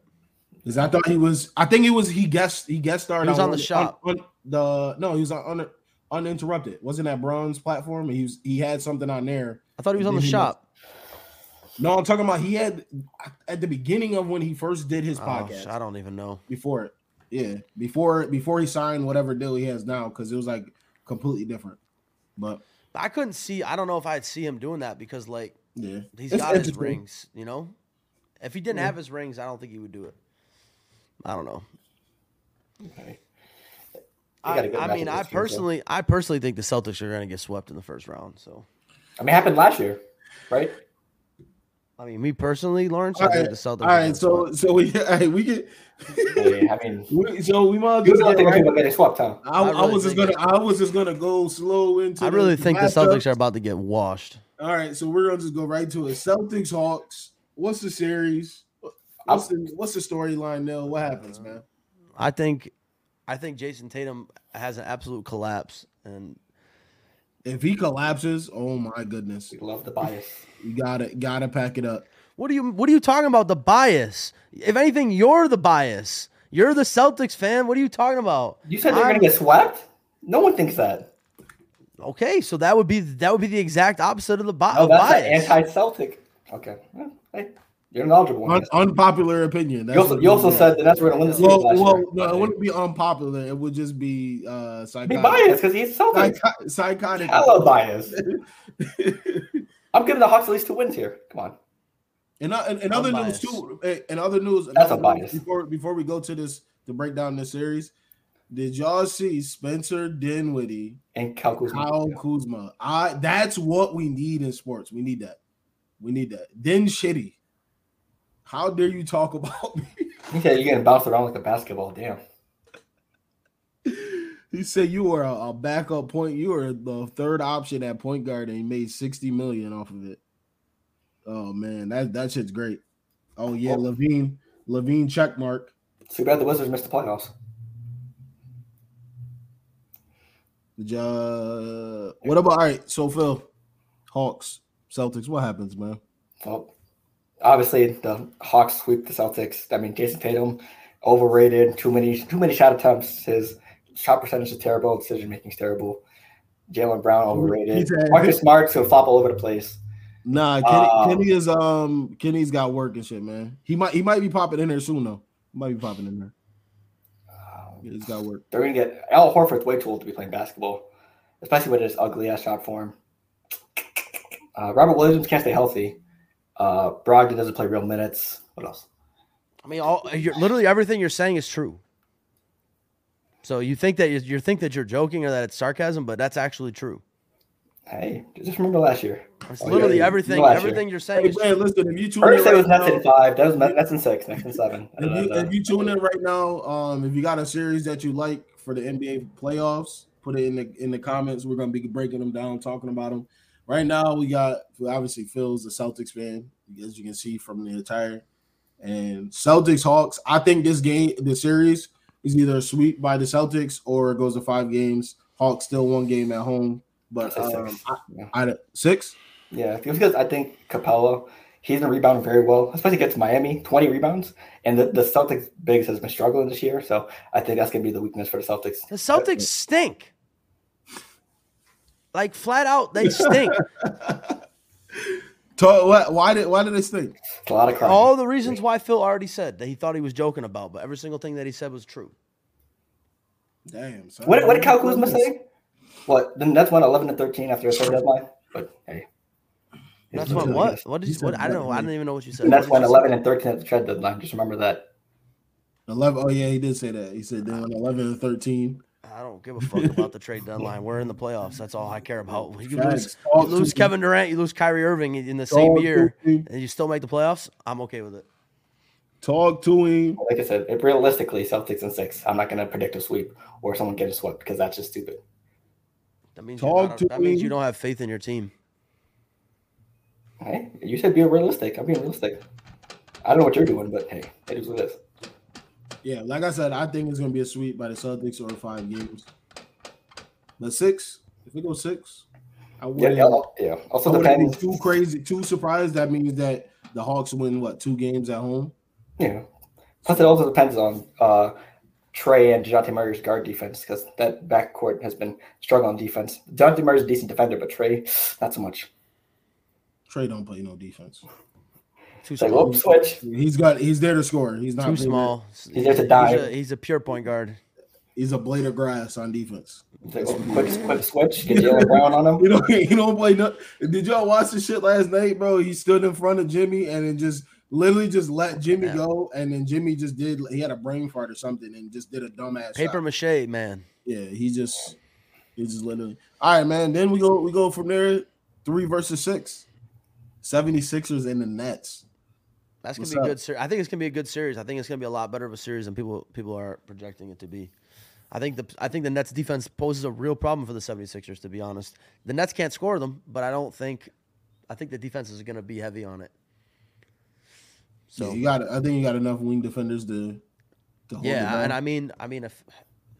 A: because I thought he was. I think he was. He guessed. He guest started.
B: He was on
A: one-
B: the shop.
A: on- the no, he was on un, uninterrupted. Wasn't that Braun's platform? He was. He had something on there.
B: I thought he was on the
A: Maybe he must-
B: shop.
A: No, I'm talking about he had at the beginning of when he first did his
B: Oh,
A: podcast.
B: sh- I don't even know.
A: before it. Yeah, before before he signed whatever deal he has now, because it was like completely different. But
B: But I couldn't see. I don't know if I'd see him doing that because like
A: yeah,
B: he's
A: It's
B: got his
A: interesting.
B: rings. You know, if he didn't
A: Yeah.
B: have his rings, I don't think he would do it. I don't know.
C: Okay. They got
B: I,
C: a good
B: I
C: matchup
B: mean,
C: this
B: I
C: year, so-
B: personally, I personally think the Celtics are going to get swept in the first round. So,
C: I mean, it happened last year,
B: [laughs]
C: right?
B: I mean, me personally, Lawrence, I
A: All
B: think
A: right,
B: the Celtics.
A: all
B: are gonna
A: right. So
B: swept.
A: so we [laughs] all right, we get
C: Yeah, I mean,
A: we, so we might as
C: you
A: well
C: don't
A: get
C: think
A: right.
C: people getting swapped, huh?
A: I,
B: I
A: I,
B: really
A: was just
B: think
A: gonna I was just gonna go slow into.
B: I really think the
A: matchup.
B: Celtics are about to get washed.
A: All right, so we're gonna just go right to it. Celtics Hawks. What's the series? What's the, what's the storyline now? What happens, man?
B: I think, I think Jason Tatum has an absolute collapse, and
A: If he collapses, oh my goodness,
C: We love the bias.
A: you gotta gotta pack it up.
B: What are you what are you talking about? The bias. If anything, you're the bias. You're the Celtics fan. What are you talking about?
C: You said they're
B: I'm-
C: going to get swept. No one thinks that.
B: Okay, so that would be that would be the exact opposite of the bi-
C: Oh,
B: of
C: that's an
B: bias.
C: anti-Celtic. Okay, Well, hey, you're a knowledgeable one.
A: Un- unpopular opinion.
C: You also, you also said the Nets were going to win the series
A: Well,
C: last
A: well,
C: year.
A: no, it wouldn't be unpopular. It would just be uh,
C: Be
A: psychotic.
C: biased because he's Celtic.
A: Psycho- psychotic.
C: Hello, bias.
A: [laughs]
C: I'm giving the Hawks at least two wins here. Come on.
A: and, uh, and, and other news
B: Unbiased.
A: too. eh, And other news.
C: That's
A: another
C: unbiased.
A: news Before before we go to this to break down this series, did y'all see Spencer Dinwiddie,
C: And Cal Kuzma.
A: Kyle Kuzma? I that's what we need in sports. We need that. We need that. Then shitty. How dare you talk [laughs] about me?
C: He said you're getting bounced around like a basketball. Damn.
A: He said you were a, a backup point. You were the third option at point guard, and he made sixty million off of it. Oh man, that that shit's great. Oh yeah,
C: Oh.
A: Levine, Levine check mark.
C: Too bad the Wizards missed the playoffs.
A: Ja- what about all right? So Phil, Hawks, Celtics. What happens, man?
C: Well, obviously the Hawks sweep the Celtics. I mean, Jason Tatum overrated. Too many too many shot attempts. His shot percentage is terrible. Decision making is terrible. Jalen Brown overrated.
A: He's a-
C: Marcus Smart's gonna flop all over the place.
A: Nah, Kenny,
C: Uh,
A: Kenny is um Kenny's got work and shit, man. He might he might be popping in there soon though. He might be popping in there.
C: Um,
A: He's got work.
C: they're gonna get Al Horford's way too old to be playing basketball, especially with his ugly ass shot form. Uh, Robert Williams can't stay healthy. Uh, Brogdon doesn't play real minutes. What else?
B: I mean, all you're, literally everything you're saying is true. So you think that you, you think that you're joking or that it's sarcasm, but that's actually true.
C: Hey, just remember last year.
B: It's
C: Oh, yeah,
B: literally
C: you- you
B: everything.
C: know that shit.
B: everything you're saying
A: Hey
B: is
A: man, listen, if you tune in
C: First it
A: right
C: was Nets
A: now,
C: in five. That was Nets Nets in six. Nets in seven.
A: If you, if you tune in right now, um, if you got a series that you like for the NBA playoffs, put it in the in the comments. We're gonna be breaking them down, talking about them. Right now, we got obviously Phil's a Celtics fan, as you can see from the attire, and Celtics Hawks. I think this game, the series, is either a sweep by the Celtics or it goes to five games. Hawks still one game at home, but
C: I'd say
A: um,
C: six.
A: I,
C: yeah.
A: I, six.
C: yeah, because I think Capella, he's been rebounding very well, especially against Miami, 20 rebounds. And the, the Celtics bigs has been struggling this year. So I think that's going to be the weakness for the Celtics.
B: The Celtics stink. Like flat out, they
C: [laughs]
B: stink.
A: To- why- Why did why did they stink?
C: It's a lot of crime.
B: All the reasons why Phil already said that he thought he was joking about, but every single thing that he said was true.
A: Damn. son.
C: what, what did Kyle Kuzma say? What? The Nets won 11 to 13 after the third deadline. But hey.
B: That's
C: It's
A: what
B: what
C: really
B: what?
C: good.
B: What did
A: He
B: you? What,
A: said
B: I don't know. I
A: nothing.
B: don't even know what you said.
C: The Nets
B: What
C: won
B: did you say?
C: 11 and 13 at the trade deadline. Just remember that.
A: Eleven. Oh yeah, he did say that. He said they went eleven and thirteen.
B: I don't give a fuck about the trade deadline. We're in the playoffs. That's all I care about. When You lose,
A: Facts.
B: you
A: Dog
B: lose
A: two-team.
B: Kevin Durant, you lose Kyrie Irving in the same
A: Dog
B: year,
A: two-team.
B: and you still make the playoffs. I'm okay with it.
A: Talk to him.
C: Like I said, it, realistically, Celtics in six. I'm not going to predict a sweep or someone get a swept because that's just stupid.
B: That means
A: Talk
B: you're not,
A: to
B: that means
A: me.
B: you don't have faith in your team.
C: Hey, you said be realistic. I'm being realistic. I don't know what you're doing, but hey, it is what it is.
A: Yeah, like I said, I think it's gonna be a sweep by the Celtics over five games. But six, if we go six, I
C: Yeah,
A: wouldn't.
C: yeah, I'll- yeah.
A: I
C: Also
A: wouldn't
C: depends.
A: be too crazy, too surprised. That means that the Hawks win what two games at home.
C: Yeah. Plus, it also depends on uh, Trey and Dejounte Murray's guard defense because that backcourt has been struggling on defense. Dejounte Murray's a decent defender, but Trey, not so much.
A: Trey don't play no defense.
B: Too
C: It's like,
B: small.
C: whoop, switch.
A: He's got. He's there to score. He's not.
B: Too
A: playing-
B: small.
C: He's there to die.
B: He's a, he's a pure point guard.
A: He's a blade of grass on defense.
C: It's like, whoop, quick, quick switch. Get Jalen Brown on him.
A: You know, [laughs] he don't play. No, did y'all watch the shit last night, bro? He stood in front of Jimmy and then just literally just
B: Oh,
A: let Jimmy
B: Yeah.
A: go, and then Jimmy just did. He had a brain fart or something, and just did a dumbass.
B: Paper
A: shot.
B: mache, man.
A: Yeah, he just, he just literally. All right, man. Then we go. We go from there. Three versus six. 76ers and the Nets.
B: That's gonna
A: What's
B: be a
A: up?
B: good series. I think it's gonna be a good series. I think it's gonna be a lot better of a series than people people are projecting it to be. I think the I think the Nets defense poses a real problem for the 76ers, to be honest. The Nets can't score them, but I don't think I think the defense is gonna be heavy on it.
A: So
B: So
A: you
B: yeah,
A: got. I think you got enough wing defenders to. to hold it down.
B: and I mean I mean if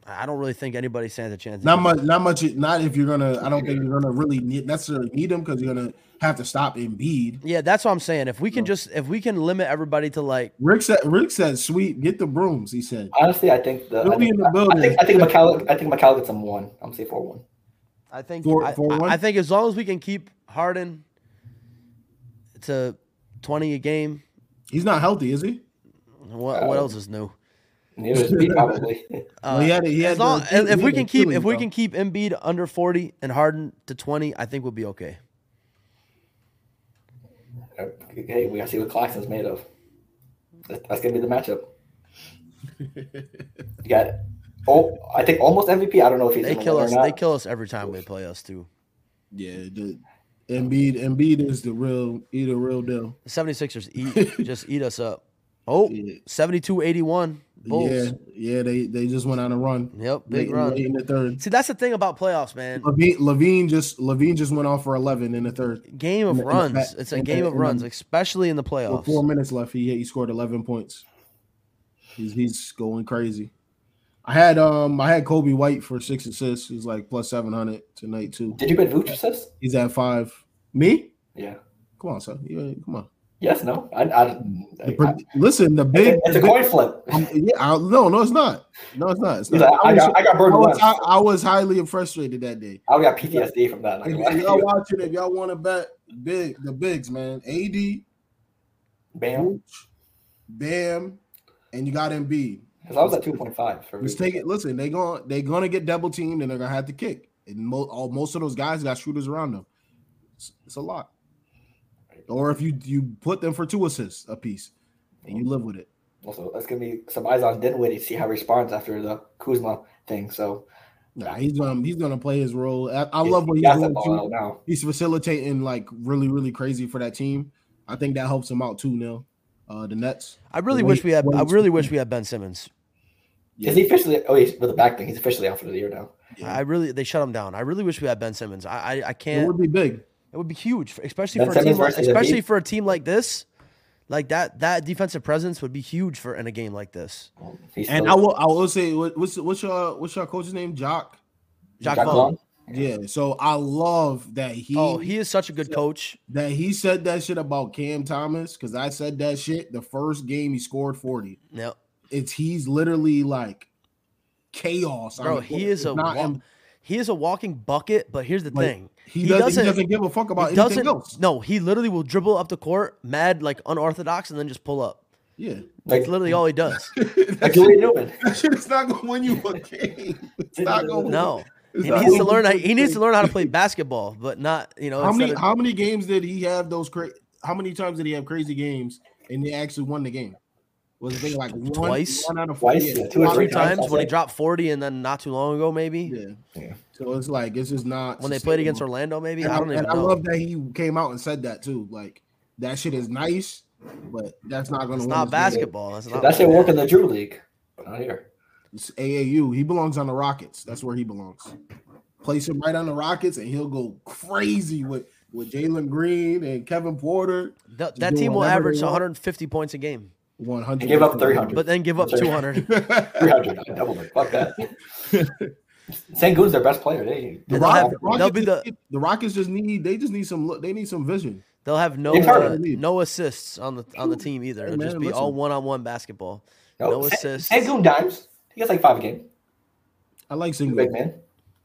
B: I don't really think anybody stands a chance.
A: Not much. Not much. Not if you're gonna. I don't think you're gonna really need, necessarily need them because you're gonna have to stop Embiid.
B: Yeah, that's what I'm saying. If we can just if we can limit everybody to like
A: Rick said. Rick said, "Sweep, get the brooms." He said.
C: Honestly, I think the. I
A: Nobody
C: think,
A: in the
C: I think, I think
A: building.
C: McCall. I think McCall gets him one. I'm say four one.
B: I think
A: Four-
B: I,
A: four
B: I-
A: one?
B: I think as long as we can keep Harden to 20 a game,
A: He's not healthy, is he?
B: what
C: Uh,
B: what else is new? Uh,
C: Neither is Embiid, probably. [laughs]
A: Well, he had a- he had
B: as long-
A: the-
B: if
A: he
B: we
A: had the
B: can keep if
A: Achilles,
B: we
A: though.
B: can keep Embiid under 40 and Harden to 20, I think we'll be okay.
C: uh, hey, we gotta see what Claxton's made of. That- That's gonna be the
B: [laughs]
C: matchup. you got. Oh, I think almost MVP. I don't know if he's
B: They
C: gonna
B: kill
C: win
B: us.
C: or not.
B: They kill us every time they play us too.
A: Yeah, the, Embiid. Embiid is the real. He the real deal.
B: The 76ers
A: [laughs]
B: eat just eat us up. Oh, 72-81 Bulls.
A: Yeah, yeah. They they just went on a run.
B: Yep,
A: Late,
B: big
A: in-
B: run.
A: late in the third.
B: See, that's the thing about playoffs, man.
A: Levine, Levine just Levine just went off for eleven in the third.
B: Game of
A: in the
B: runs.
A: back-
B: It's a
A: in the-
B: game of
A: in the-
B: runs, especially in the
A: With four
B: playoffs.
A: minutes left, he he scored eleven points. He's he's going crazy. I had um I had Kobe White for six assists. He's like plus seven hundred tonight too.
C: Did you bet Vooch assist?
A: He's at five. Me?
C: Yeah.
A: Come on, son. Yeah, come on.
C: Yes. No. I. I,
A: The
C: I-
A: pro- listen, the
C: it's,
A: big.
C: a, it's a
A: the big-
C: coin flip.
A: um, yeah, I, no, no, it's not. No, it's not. It's
C: He's
A: not.
C: like, I
A: was-
C: got. I got
A: I
C: burned
A: was,
C: once.
A: I,
C: I,
A: I was highly frustrated that day.
C: got PTSD from that. not [laughs]
A: If, if
C: gonna lie.
A: y'all watching, if y'all want to bet big, the bigs, man, AD,
C: Bam.
A: Bam, and you got Embiid.
C: Because I was at two point five for
A: Let's
C: Vooch.
A: take it. Listen, they going they gonna get double teamed, and they're gonna have to kick. And mo- all, most of those guys got shooters around them. It's, it's a lot. Or if you you put them for two assists a piece, and you live with it.
C: Also, that's gonna be some eyes on Dinwiddie to see how he responds after the Kuzma thing. So
A: Nah, he's gonna he's gonna play his role. I, I
C: Yeah,
A: love what
C: he
A: he's
C: got the
A: doing.
C: ball
A: too.
C: out now.
A: He's facilitating like really really crazy for that team. I think that helps him out too. Now, uh, the Nets.
B: I really
A: Wait,
B: wish we had. I
A: wait.
B: really wish we had Ben Simmons.
A: Yeah.
C: Is he officially? Oh, he's with the back thing. He's officially out for the year now.
A: Yeah.
B: I really they shut him down. I really wish we had Ben Simmons. I I, I
A: It
B: can't.
A: would be big.
B: It would be huge, for- especially
C: Ben
B: for a team
C: Simmons
B: like,
C: versus
B: especially
C: Embiid?
B: for a team like this. Like that that defensive presence would be huge for in a game like this.
C: He's
A: And I
C: still-
A: will I will say what, what's what's your what's your coach's name? Jock.
B: Jacques
C: Jacques
B: Vaughn.
C: Vaughn?
A: Yeah. So I love that he,
B: Oh, he is such a good coach.
A: that he said that shit about Cam Thomas because I said that shit the first game he scored forty.
B: No,
A: It's he's literally like chaos. on
B: bro,
A: the court.
B: he is a
A: It's not
B: wa-
A: him.
B: he is a walking bucket. But here's the
A: Like,
B: thing:
A: he,
B: he
A: doesn't,
B: doesn't-
A: he doesn't give a fuck about
B: he
A: anything
B: doesn't.
A: else.
B: No, he literally will dribble up the court, mad like unorthodox, and then just pull up.
A: [laughs] Yeah.
B: That's
C: Like-
B: literally all
A: [laughs]
B: he does.
A: That
C: Like, what are
A: shit-
C: you doing?
A: that shit is not gonna win you a game. [laughs] It's not gonna
B: No,
A: It's
B: he
A: not
B: needs to
A: gonna
B: learn.
A: win
B: How,
A: you a
B: he needs
A: game.
B: to learn how
A: [laughs]
B: to play basketball, but not you know.
A: How
B: instead
A: many
B: of-
A: how many games did he have those cra- how many times did he have crazy games and they actually won the game? was I think like one,
B: Twice?
A: one out of
C: Twice,
A: yeah,
C: yeah, two or
B: three
C: three
B: times
C: times,
B: when he
C: that's it.
B: dropped 40 and then not too long ago maybe
A: Yeah.
C: Yeah.
A: So it's like it's just not
B: when they played against
A: sustainable.
B: Orlando maybe
A: And
B: I don't
A: and
B: even
A: I
B: know
A: love that he came out and said that too. Like that shit is nice, but that's not gonna
B: it's
A: win
B: not
A: this game.
B: basketball that's not
C: That should work in the Drew League, but not here.
A: It's AAU. He belongs on the Rockets. That's where he belongs. Place him right on the Rockets, and he'll go crazy with with Jalen Green and Kevin Porter.
B: that,
A: Just
B: that
A: do
B: team will
A: whatever they
B: average
A: want.
B: 150 points a game
A: One hundred.
C: He gave
A: [laughs]
C: up 300.
B: but then give up
C: That's right.
B: 200
C: Three hundred, double it. Fuck that. [laughs] Sangoon's their best player. They,
A: The
B: And they'll have-
A: Rockets,
B: they'll be
A: just need- the Rockets just need they just need some look. They need some vision.
B: they'll have no
C: It's hard to
B: uh,
A: believe.
B: no assists on the on the team either it'll
A: man,
B: just be all
A: listen.
B: one-on-one basketball
C: no,
B: no
C: Sa-
B: assists.
C: Sangoon dimes. He gets like five a game.
A: I like
C: He's a
A: Single.
C: big man.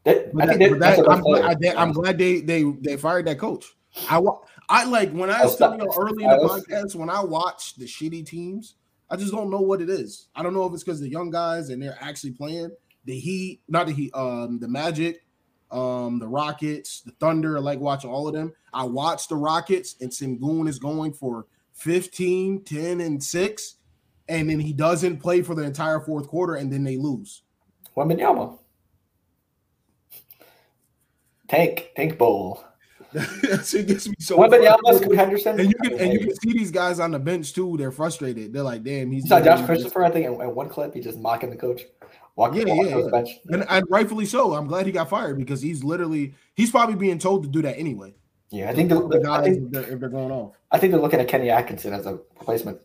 C: That,
A: But
C: I
A: that,
C: think that,
A: but
C: that's
A: that-
C: their
A: I'm,
C: best player.
A: glad, I, that- I'm glad they they they fired that coach. I wa- I like when I
C: I
A: was
C: was-
A: telling you early in the
C: I was-
A: podcast when I watch the shitty teams, I just don't know what it is. I don't know if it's because the young guys and they're actually playing the Heat, not the Heat, um, the Magic, um, the Rockets, the Thunder. I like watching all of them. I watch the Rockets and Sengun is going for 15, 10, and six, and then he doesn't play for the entire fourth quarter, and then they lose. [laughs]
C: Wembanyama. Tank, Tank Bowl.
A: it gets me so.
C: Wembanyama, Scoot Henderson.
A: And you can and you can see these guys on the bench too. They're frustrated. They're like, "Damn, he's
C: You saw Josh
A: doing this.
C: Christopher, I think, in, in one clip, he just mocking the coach, walking,
A: Yeah,
C: walking
A: yeah,
C: on his
A: yeah.
C: bench.
A: And, and rightfully so. I'm glad he got fired because he's literally he's probably being told to do that anyway.
C: Yeah, I think, the,
A: The
C: I,
A: guys
C: think,
A: if, they're, if they're going off.
C: I think they're looking at Kenny Atkinson as a replacement.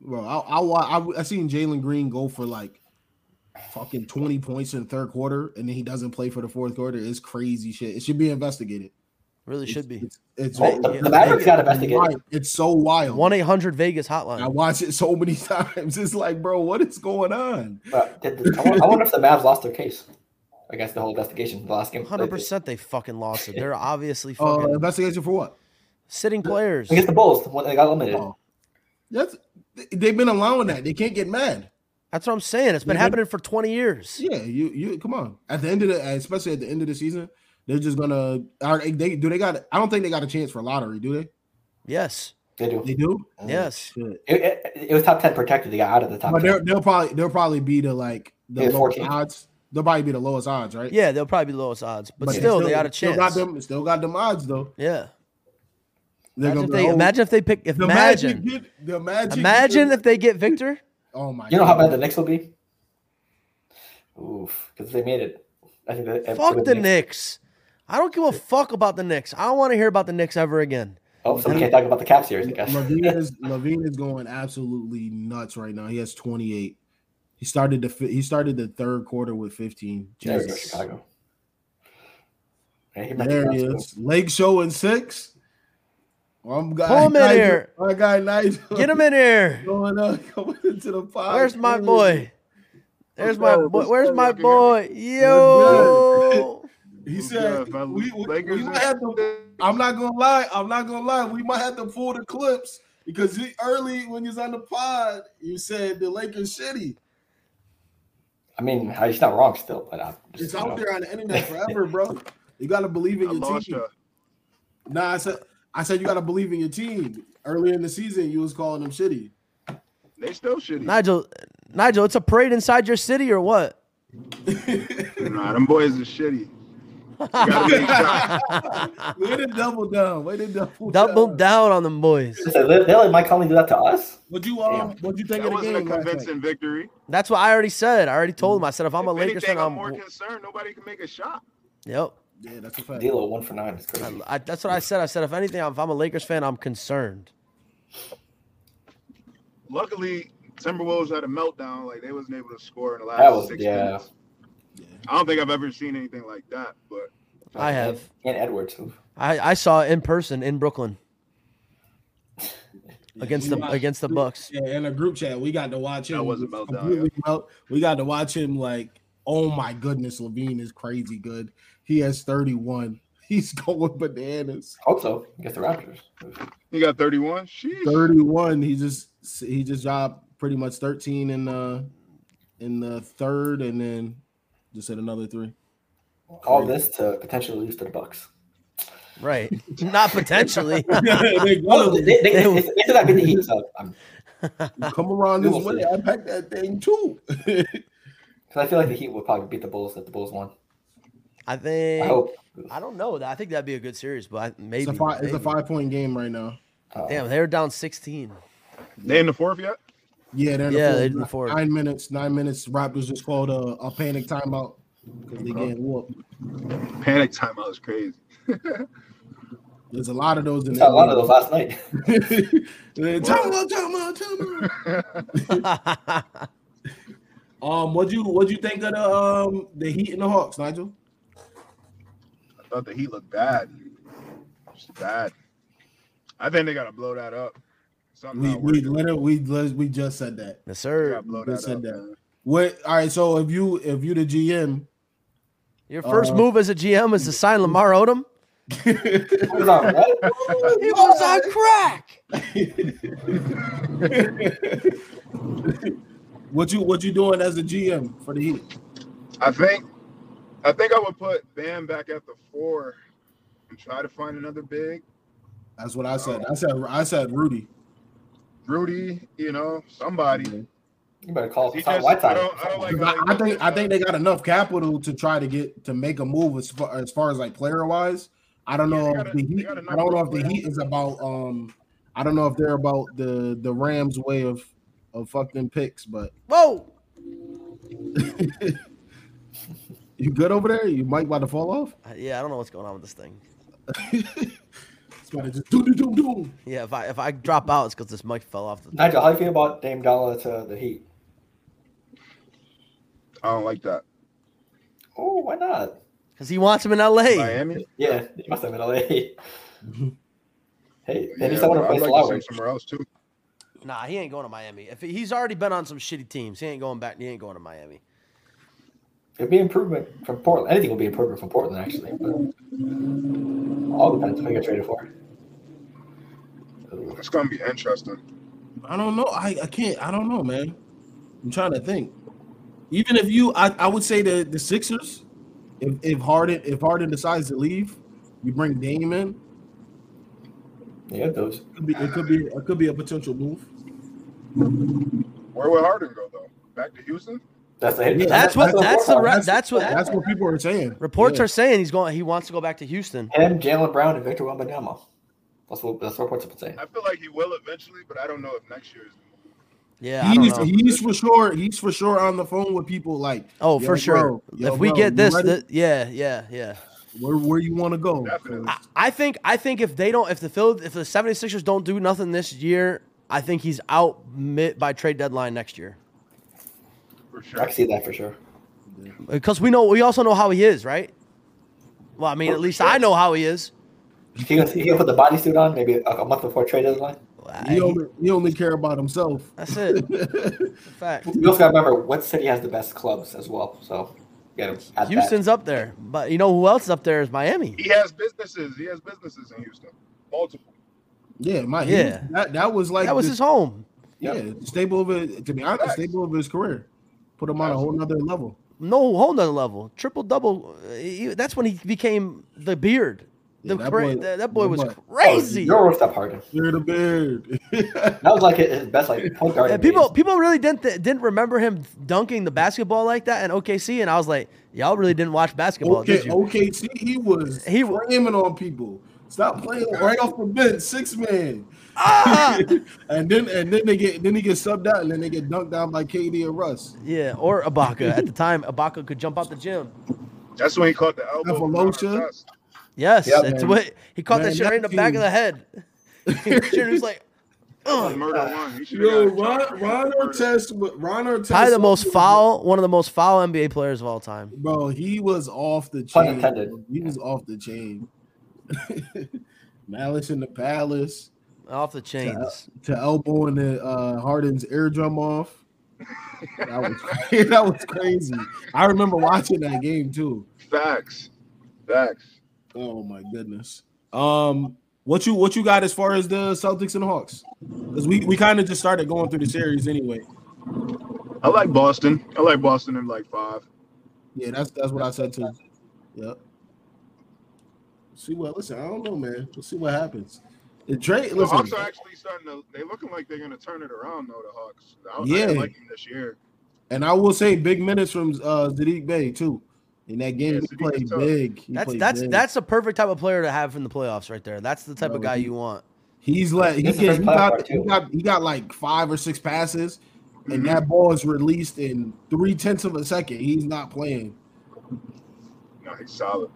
A: Well, I I wa- I, I seen Jalen Green go for like fucking 20 points in the third quarter, and then he doesn't play for the fourth quarter. It's crazy shit. It should be investigated.
B: really
A: It's-
B: should be
A: It's, it's,
C: Well, the,
B: yeah.
C: the Mavericks got
A: wild.
C: investigated.
A: It's so wild.
B: 1-800 Vegas
A: I
B: hotline
A: watch it so many [laughs] times. It's like, bro, what is going on?
C: But did the, I wonder- I wonder if the Mavs lost their case against the whole investigation the last game.
B: 100% they fucking lost
A: [laughs]
B: it they're obviously
A: Uh,
B: fucking
A: investigation for what?
B: sitting players
C: Against the Bulls, when they got eliminated.
A: Oh. That's they- they've been allowing that. They can't get mad.
B: that's what I'm saying it's been
A: Yeah, they-
B: happening for 20 years
A: Yeah, you you come on. At the end of the especially at the end of the season, they're just gonna are they- they do they got I don't think they got a chance for lottery, do they?
B: yes
C: They do.
A: They do? Oh,
B: Yes.
A: shit.
C: It, it, it was top 10 protected. They got out of the top
A: But
C: 10.
A: they're, they'll probably they'll probably be the like the
C: Yeah,
A: lowest
C: 14.
A: odds. They'll probably be the lowest odds, right?
B: Yeah, they'll probably be lowest odds, but, still, they got a chance.
A: Still got them, still got them odds though.
B: yeah.
A: They're
B: Imagine if,
A: be
B: they,
A: like, oh,
B: imagine if they pick. If
A: the magic
B: imagine,
A: did- the magic
B: imagine if they get Victor.
A: oh my
C: You know how bad the Knicks will be? Oof, because they made it. I think that,
B: Fuck the Knicks. I don't give a fuck about the Knicks. I don't want to hear about the Knicks ever again.
C: Oh, so we can't talk about the Cavs series, I guess.
A: Levine is Levine is going absolutely nuts right now. He has 28. He started the fi- he started the third quarter with 15.
C: There we go,
A: Jesus.
C: Chicago. Yeah, he might be
A: There
C: Cavs,
A: he
C: too.
A: is. Lake show in six. I'm guy,
B: Pull him in
A: Nigel-
B: here.
A: My guy Nigel.
B: Get him in here.
A: [laughs] Going up, coming into the pod.
B: Where's my boy? There's my
D: Let's go.
B: boy.
D: Let's
B: Where's
D: go.
B: my
D: Y'all can
B: boy? Yo.
A: [laughs] He
D: What's
A: said,
D: good, fellas?
A: we, we,
D: Lakers
A: we might
D: is-
A: have to, I'm not going to lie. I'm not going to lie. We might have to pull the clips because he, early when you was on the pod, you said the Lakers shitty.
C: I mean, I- he's not wrong still, but I just,
A: It's
C: you know,
A: out there on
D: [laughs]
A: the internet forever, bro. You gotta believe in
D: I
A: your
D: lost
A: team.
D: y'all.
A: Nah, I said I said you gotta believe in your team. Earlier in the season, you was calling them shitty.
D: They still shitty. Nah,
B: Nigel, Nigel, it's a parade inside your city or what?
D: them boys are shitty. You gotta
B: [laughs]
D: make shots.
A: Way to double down. Way to double,
B: Double
A: down.
B: down on them boys.
C: So they, they let Mike Conley do that to us?
A: What you um? What you think
D: That
A: of the
D: wasn't a
A: game? last night?
D: convincing victory.
B: That's what I already said. I already told him. I said if I'm a
D: if
B: Lakers
D: anything,
B: fan,
D: I'm,
B: I'm.
D: more concerned. Nobody can make a shot.
B: Yep.
A: Yeah, that's a fact.
C: D'Lo one for nine. It's
B: I,
C: crazy.
B: I- that's what I said. I said if anything, if I'm a Lakers fan, I'm concerned.
D: Luckily, Timberwolves had a meltdown. Like they wasn't able to score in the last
C: That was-
D: six
C: yeah.
D: minutes.
A: Yeah.
D: I don't think I've ever seen anything like that. But
B: I have.
C: And Edwards. who-
B: I, I saw it in person in Brooklyn against the against the Bucks.
A: Yeah, in a group chat, we got to watch him.
D: That was a meltdown,
A: completely melt. We got to watch him like, oh my goodness, Levine is crazy good. He has 31. [laughs] He's going bananas.
C: Hope so. Against the Raptors.
D: he got 31. Sheesh.
A: 31. He just he just dropped pretty much 13 in uh in the third and then just hit another
B: [laughs]
A: three.
C: All this to potentially lose to the Bucks.
B: Right. Not potentially.
A: They
C: Oh,
A: go.
C: they, they, they, they, they, they, they, they, they, they,
A: You come around this way, I pack that thing
B: [laughs]
A: too.
C: Because I feel like the Heat would probably beat the Bulls if the Bulls won.
B: I
C: I
B: think I,
C: hope.
B: don't know. I think that'd be a good series, but I- maybe
A: It's a, five, it's
B: maybe.
A: a five point game right now.
C: Uh,
B: Damn, they were down sixteen. [laughs]
D: They in the fourth yet?
A: Yeah, they're in the
B: Yeah,
A: fourth.
B: they're in the fourth.
A: Nine minutes, nine minutes. Raptors just called a, a panic timeout because they getting whooped.
D: Panic timeout is crazy.
A: There's a lot of those in
C: we
A: there.
C: saw a lot of those last night. [laughs]
A: [laughs] timeout, timeout, timeout. Um, what you what you think of the um the Heat and the Hawks, Nigel?
D: I thought the Heat looked bad. Just bad. I think they gotta blow that up. Something
A: We
D: not
A: we
D: working.
A: literally we let- we just said that.
B: yes,
D: They
B: sir.
D: gotta blow
A: They
D: that
A: said
D: up,
A: that.
D: man.
A: What? All right. So if you if you the GM,
B: Your first
A: Uh,
B: move as a GM is to sign Lamar Odom.
C: What was on, what?
B: He was on crack.
A: [laughs] what you what you doing as a GM for the Heat?
D: I think I think I would put Bam back at the four and try to find another big.
A: That's what I said. I said I said Rudy.
D: Rudy, you know, somebody.
C: You better call
D: He
C: Tom
D: just-
C: White
D: I don't- I don't like-
A: I, I think I think they got enough capital to try to get to make a move as far as far as like player wise. I don't
D: Yeah,
A: know
D: they
A: if
D: got a-
A: the
D: they
A: Heat.
D: got
A: I don't know if
D: enough
A: the Heat is about um. I don't know if they're about the the Rams way of of fucking picks, but
B: Whoa.
A: you good over there? You might about to fall off.
B: Uh, Yeah, I don't know what's going on with this thing.
A: It's about to just doom doom doom doom.
B: Yeah, if I if I drop out, it's because this mic fell off. The,
C: Nigel, how you feel about Dame Dollar to the Heat?
D: I don't like that.
C: Oh, why not?
B: Cause he wants him in L.A.
D: Miami.
C: Yeah, he must have been [laughs] LA. hey, they need
D: Yeah,
C: someone to
D: I'd like to see
C: play
D: him
C: Lowry.
D: somewhere else too.
B: Nah, he ain't going to Miami. If he- he's already been on some shitty teams, he ain't going back. He ain't going to Miami.
C: It'd be improvement from Portland. Anything would be improvement from Portland, actually. But all depends who you get traded for. Ooh,
D: It's gonna be interesting.
A: I don't know. I, I can't. I don't know, man. I'm trying to think. Even if you, I, I would say the the Sixers. If if Harden if Harden decides to leave, you bring Dame in.
C: Yeah, those.
A: It could be it could be it could be a potential move.
D: Where would Harden go though? Back to Houston?
C: That's the
A: Yeah,
B: That's what. That's the. Re-
A: That's-
B: that's what.
A: That's what people are saying.
B: Reports
A: Yeah.
B: are saying he's going. He wants to go back to Houston.
C: him, Jalen Brown, and Victor Wembanyama. That's what that's what reports have been saying.
D: I feel like he will eventually, but I don't know if next year is the move.
B: Yeah, I don't
A: He's,
B: know.
A: he's for sure. He's for sure on the phone with people like,
B: Oh,
A: Yo,
B: for sure.
A: bro. Yo,
B: if we
A: bro,
B: get
A: you
B: this,
A: ready?
B: th- yeah, yeah, yeah.
A: where where you want to go?
D: Definitely.
B: I, I think I think if they don't, if the Phil, if the 76ers don't do nothing this year, I think he's out mid, by trade deadline next year.
D: For
C: I
D: sure.
C: can see that for sure.
B: Because we know we also know how he is, right? Well, I mean, at least I know how he is.
C: If he, if he can put the bodysuit on maybe a, a month before trade deadline.
A: He
B: I-
A: only he only care about himself. [laughs]
B: that's it. [laughs] Fact.
C: You also got to remember what city has the best clubs as well. So, get him. at that.
B: Houston's up there, but you know who else is up there is Miami.
D: He has businesses. He has busineses in Houston. Multiple.
A: Yeah, my
B: Yeah.
A: yeah. That that was like
B: That was
A: the-
B: his home.
A: Yeah, stable of it. To be honest,
D: Facts.
A: stable of his career, put him on a whole nother level.
B: No, whole nother level. Triple double. uh, he- That's when he became the beard. The
A: Yeah, that
B: cra-
A: boy-
B: that, that boy oh,
A: that
B: was
A: boy-
B: crazy.
C: Oh, You're worth up Harden.
A: Clear the beard. [laughs]
C: That was like his best like point guard.
B: Yeah,
C: in
B: people
C: days.
B: people really didn't th- didn't remember him dunking the basketball like that in OKC, and I was like, y'all really didn't watch basketball,
A: okay,
B: did you?
A: OKC, he was
B: He
A: he
B: wa-
A: flaming on people. Stop playing right off the bench, six man,
B: Ah!
A: [laughs] and then and then they get then he gets subbed out, and then they get dunked down by KD and
B: [laughs]
A: Russ.
B: yeah, or Ibaka. At the time, Ibaka could jump out the gym.
D: That's when he caught the elbow. from Ron
A: Cephalosha.
D: Artest.
B: Yes,
A: Yeah,
B: it's
A: man.
B: what he caught
A: Man,
B: that shit right in the
A: that
B: back of
A: dude-
B: the head. [laughs] Shit, he was
D: He
B: like, "Ugh."
D: murdered one. He should've
A: Yo,
D: got a charge.
A: Ron, Ron Artest, Ron Artest,
B: probably the most foul, one of the most foul NBA players of all time.
A: bro. He was off the
C: Pun
A: chain.
C: intended.
A: He was off the chain. [laughs] Malice in the palace.
B: Off the chains.
A: to elbowing the uh, Harden's eardrum off. That was [laughs] that was crazy. I remember watching that game too.
D: Facts. Facts.
A: Oh my goodness. Um, what you what you got as far as the Celtics and Hawks? Because we, we kind of just started going through the series anyway.
D: I like Boston. I like Boston in like five.
A: Yeah, that's that's what I said too. Yep. See what? Listen, I don't know, man. We'll see what happens. The Drake,
D: The
A: listen,
D: Hawks are actually starting to. They looking like they're gonna turn it around though. The Hawks. I, yeah.
A: Yeah.
D: I like them this year.
A: and I will say big minutes from uh Zadik Bay too. In that game,
D: Yeah,
A: he
D: Sadiq
A: played
D: is tough.
A: big. He
B: That's
A: played
B: that's
A: big.
B: that's the perfect type of player to have in the playoffs right there. That's the type
A: Bro,
B: of guy
A: he-
B: you want.
A: he's let he,
C: This is
A: get,
C: his
A: he
C: playoff
A: got
C: part,
A: he
C: too. Mm-hmm.
A: got he got like five or six passes, and
D: Mhm.
A: that ball is released in three tenths of a second. He's not playing.
D: No, he's solid.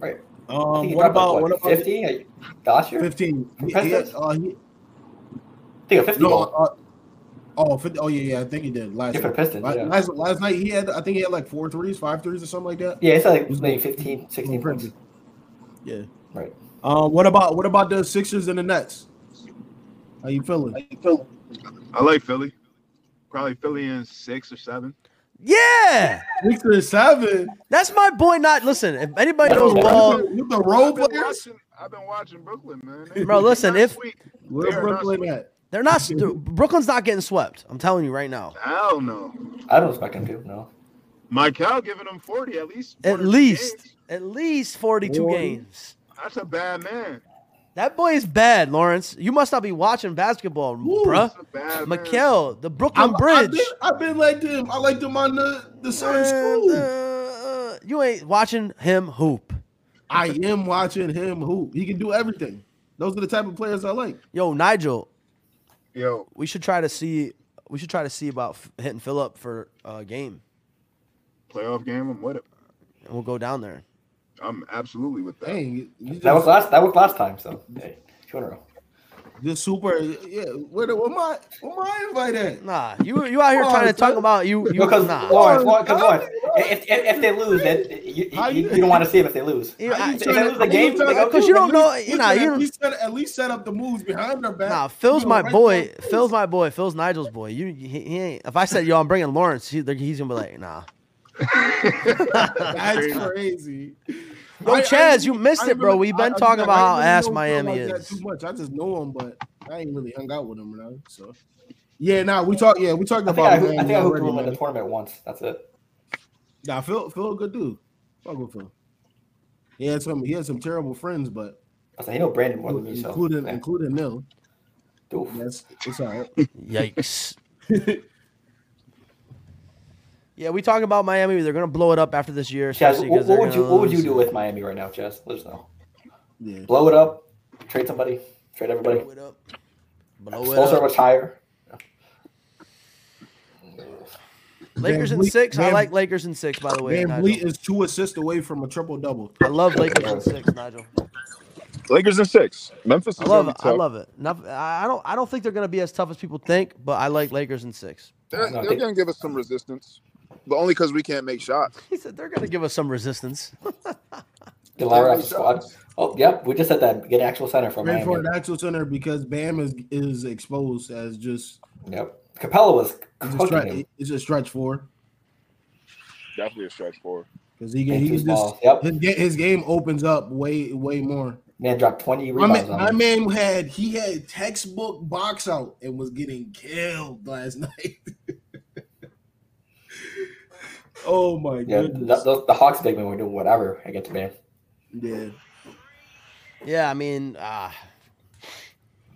C: Right. I think
A: Um,
C: he
A: what
C: dropped,
A: about what about
C: 50 last year?
A: fifteen? He- he-
C: Impressive.
A: uh, he-
C: I think a 50
A: no,
C: goal.
A: uh, oh, 50 oh yeah, yeah, I think he did last.
C: Yeah, for
A: night.
C: Pistons,
A: Last,
C: yeah.
A: last, last night he had I think he had like four threes, five threes or something like that.
C: Yeah, it's like maybe 15, 16 points.
A: Impressive. Yeah.
C: Right.
A: Um, what about what about the Sixers and the Nets? How you feeling?
D: I like Philly. Probably Philly in six or seven.
B: Yeah,
A: Six or seven?
B: that's my boy. Not listen. If anybody
C: That's
B: knows
C: what-
B: ball,
A: with the role
D: I've been,
A: players?
D: watching, I've been watching Brooklyn, man.
B: Bro,
D: they're
B: listen,
D: not
B: if-
D: sweet.
A: Where's
D: They are not
A: Brooklyn
D: sweet.
A: at?
B: they're not. dude, Brooklyn's not getting swept. I'm telling you right now.
D: I don't know.
C: I don't expect him to, no.
D: Michael giving him forty at least.
B: At
D: 42
B: least,
D: games.
B: at least 42
A: Forty.
B: games.
D: that's a bad man.
B: That boy is bad, Lawrence. You must not be watching basketball, bruh.
D: That's a bad man.
B: Mikel, the Brooklyn
A: I've
B: Bridge.
A: been, I've been like them. I like them on the the Sun's
B: And,
A: school.
B: uh, you ain't watching him hoop.
A: I am watching him hoop. He can do everything. Those are the type of players I like.
B: Yo, Nigel,
D: Yo,
B: we should try to see. We should try to see about f- hitting Phil up for a game,
D: playoff game. I'm with it.
B: and we'll go down there.
D: I'm absolutely with that.
E: [laughs]
A: Dang, you
C: That was
A: just,
C: last that was last time, so hey, two in a row.
A: just super. Yeah, where, the- where my where my invite at?
B: Nah, you you out here trying to
A: Lawrence,
B: talk
A: I-
B: about you. you
C: Because
B: nah.
C: Lawrence,
A: Lawrence,
C: Lawrence, because
A: how
C: Lawrence,
A: you-
C: if, if, if they lose, then you,
A: How
C: you,
A: you-
C: you don't want to see them if they lose.
B: You-
A: How
B: I-
A: you
C: If
A: trying
C: they
A: to-
C: lose the
A: how you
C: game,
A: trying
C: they
A: to-
C: go
B: Because you don't
A: at
B: know-
A: least-
B: you know, you
A: at
B: don't-
A: least set, at least set up the moves behind their back.
B: Nah, Phil's
A: You know,
B: my
A: right
B: boy.
A: there.
B: Phil's my boy. Phil's Nigel's boy. You, he, he ain't. If I said, "Yo, I'm bringing Lawrence," he, he's gonna be like, "Nah."
A: That's crazy.
B: Yo,
A: I- I
B: Chaz,
A: didn't-
B: you missed
A: I
B: it, bro.
A: remember-
B: We've
A: I-
B: been
A: I-
B: talking
A: I
B: about
A: didn't
B: how
A: really
B: ass
A: know Phil
B: Miami
A: like that
B: is.
A: Too much. I just know him, but I ain't really hung out with him, now. So, yeah, nah, we talked. Yeah, we talked
C: I think I,
A: about.
C: I, think I hooped
A: already,
C: them in the
A: man.
C: tournament once. That's it.
A: Nah, Phil, Phil, a good dude. Fuck with Phil. He had some. He had some terrible friends, but
C: I said, you know Brandon more than me, so.
A: including
C: eh,
A: including Nil.
C: doof.
A: That's it's all right.
B: Yikes.
A: [laughs]
B: yeah, we talking about Miami. They're gonna blow it up after this year.
C: Chaz,
B: especially
C: what,
B: 'cause they're
C: what would you
B: gonna
C: what would you
B: lose.
C: do with Miami right now, Chaz? Let us know.
A: Yeah.
C: Blow it up, trade somebody, trade everybody.
B: Blow it up. Blow it
C: Sponsor
B: up.
C: retire.
B: Lakers in
A: Van Vliet-
B: six. I
A: Van-
B: like Lakers in six. By the way,
A: Van Vliet
B: Nigel.
A: is two assists away from a triple double.
B: I love Lakers in six, Nigel.
E: Lakers in six. Memphis
B: I
E: is
B: love
E: gonna
B: it.
E: be
B: I
E: tough.
B: love it. Not, I I don't. I don't think they're going to be as tough as people think, but I like Lakers in six.
E: They're,
C: No,
E: they're
C: they-
E: gonna give us some resistance, but only because we can't make shots.
B: He said they're going to give us some resistance.
C: Get Larry off the squad. Oh, yep. We just said that. Get an actual center from
A: Great for an
C: Miami.
A: actual center because Bam is is exposed as just
C: Yep. Capella was
A: It's a
C: cooking
A: stretch.
C: him.
A: It's a stretch four
E: Definitely a stretch for.
A: because he can.
C: And
A: He
C: two
A: can just
C: balls. Yep.
A: his, ga- his game opens up way way more.
C: Man dropped 20
A: My
C: rebounds
A: man, my
C: on him.
A: man had he had textbook box out and was getting killed last [laughs] night. oh my
C: Yeah,
A: goodness!
C: th- th- the Hawks big men were doing whatever against man.
A: Yeah,
B: yeah, I mean, ah,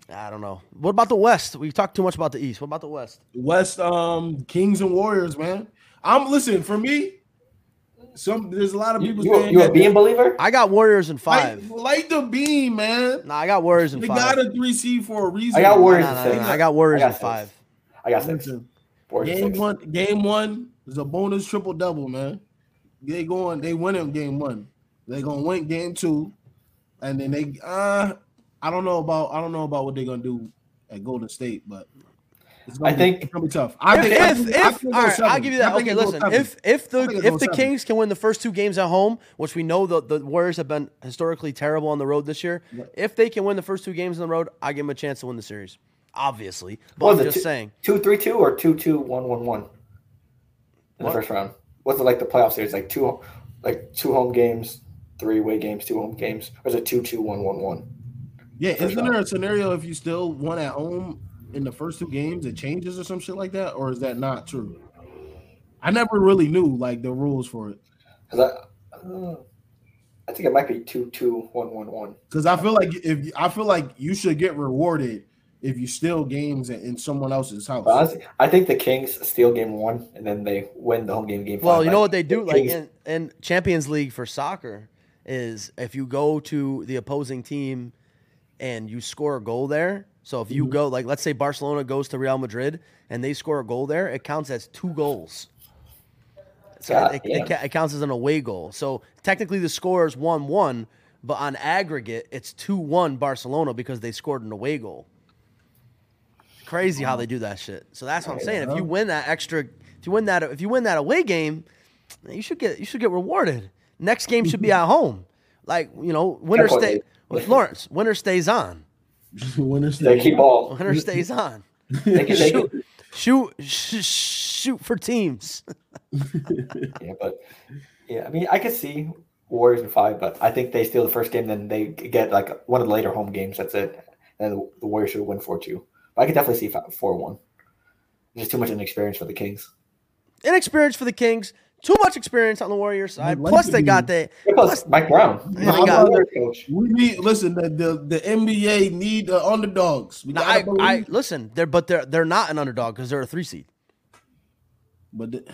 B: I don't know. What about the West? We talked too much about the East. What about the West?
A: West um Kings and Warriors, man. I'm listen for me. Some there's a lot of
C: You,
A: people
C: you, a-
A: saying
C: you a
A: that
C: beam believer?
B: I got Warriors in
A: light,
B: five.
A: light the beam, man.
B: Nah, I got Warriors in
A: They
B: five.
A: got a three C for a reason.
C: I got
B: Nah,
C: Warriors
B: nah,
C: in
B: nah,
C: six.
B: nah, I got Warriors
C: I
B: in
C: got
B: five.
C: I got six.
A: Listen,
C: Warriors
A: Game
C: six.
A: one, game one is a bonus triple double, man. They going, they win in game one. They gonna win game two, and then they. Uh, I don't know about, I don't know about what they're gonna do at Golden State, but it's gonna
C: I
A: be,
C: think-
A: it's gonna be tough. I think I
B: if
A: think-
B: if,
A: I
B: if
A: think it
B: all
A: goes
B: right, I'll
A: seven.
B: give you
A: I
B: that.
A: think
B: Okay,
A: it goes
B: listen.
A: seven.
B: If
A: I
B: if the
A: think it
B: if
A: goes
B: the
A: seven.
B: Kings can win the first two games at home, which we know the, the Warriors have been historically terrible on the road this year,
A: Yeah.
B: if they can win the first two games on the road, I give them a chance to win the series. Obviously, but
C: What
B: I'm
C: was it,
B: just
C: two-
B: saying.
C: Two three two or two two one one one in the
B: What?
C: first round. Was it like the playoff series? Like two, like two home games, three away games, two home games, or is it two two one one one?
A: yeah,
C: for
A: isn't
C: sure.
A: there a scenario if you still won at home in the first two games, it changes or some shit like that, or is that not true? I never really knew like the rules for it.
C: Because I, I don't know. uh, I think it might be two two one one one.
A: Because I feel like if I feel like you should get rewarded if you steal games in, in someone else's house.
C: But honestly, I think the Kings steal game one and then they win the home game game.
B: Well,
C: five.
B: you know
C: Like,
B: what they do,
C: the
B: like
C: Kings-
B: in, in Champions League for soccer, is if you go to the opposing team and you score a goal there. So if
C: Mm-hmm.
B: you go, like, let's say Barcelona goes to Real Madrid and they score a goal there, it counts as two goals. So
C: God
B: it, it,
C: damn.
B: ca- it counts as an away goal. So technically the score is one one, but on aggregate it's two one Barcelona because they scored an away goal. Crazy how they do that shit. So that's what I'm saying. If you win that extra, if you win that, if you win that away game, you should get you should get rewarded. Next game should be at home. Like you know, winner
C: Triple
B: stay.
C: eight.
B: Well, Lawrence, winner stays on.
A: Winner
C: they
A: stays.
B: [laughs]
C: keep ball.
B: Winner stays on.
C: They can, they can-
B: Shoot, shoot, sh- shoot for teams.
C: yeah, but yeah, I mean, I could see Warriors in five, but I think they steal the first game, then they get like one of the later home games. That's it, and then the Warriors should win four two. But I could definitely see four one. Just too much inexperience for the Kings.
B: Inexperience for the Kings. Too much experience on the Warriors side.
A: like
B: Plus
A: to
B: they
A: be-
B: got that.
C: And Plus, Mike Brown,
B: Yeah,
C: I'm
B: I got-
C: a Warriors coach.
A: We need listen. The the, the NBA need the underdogs. We
B: Now,
A: gotta
B: I, I
A: believe.
B: listen. They're but they're they're not an underdog because they're a three seed.
A: but the-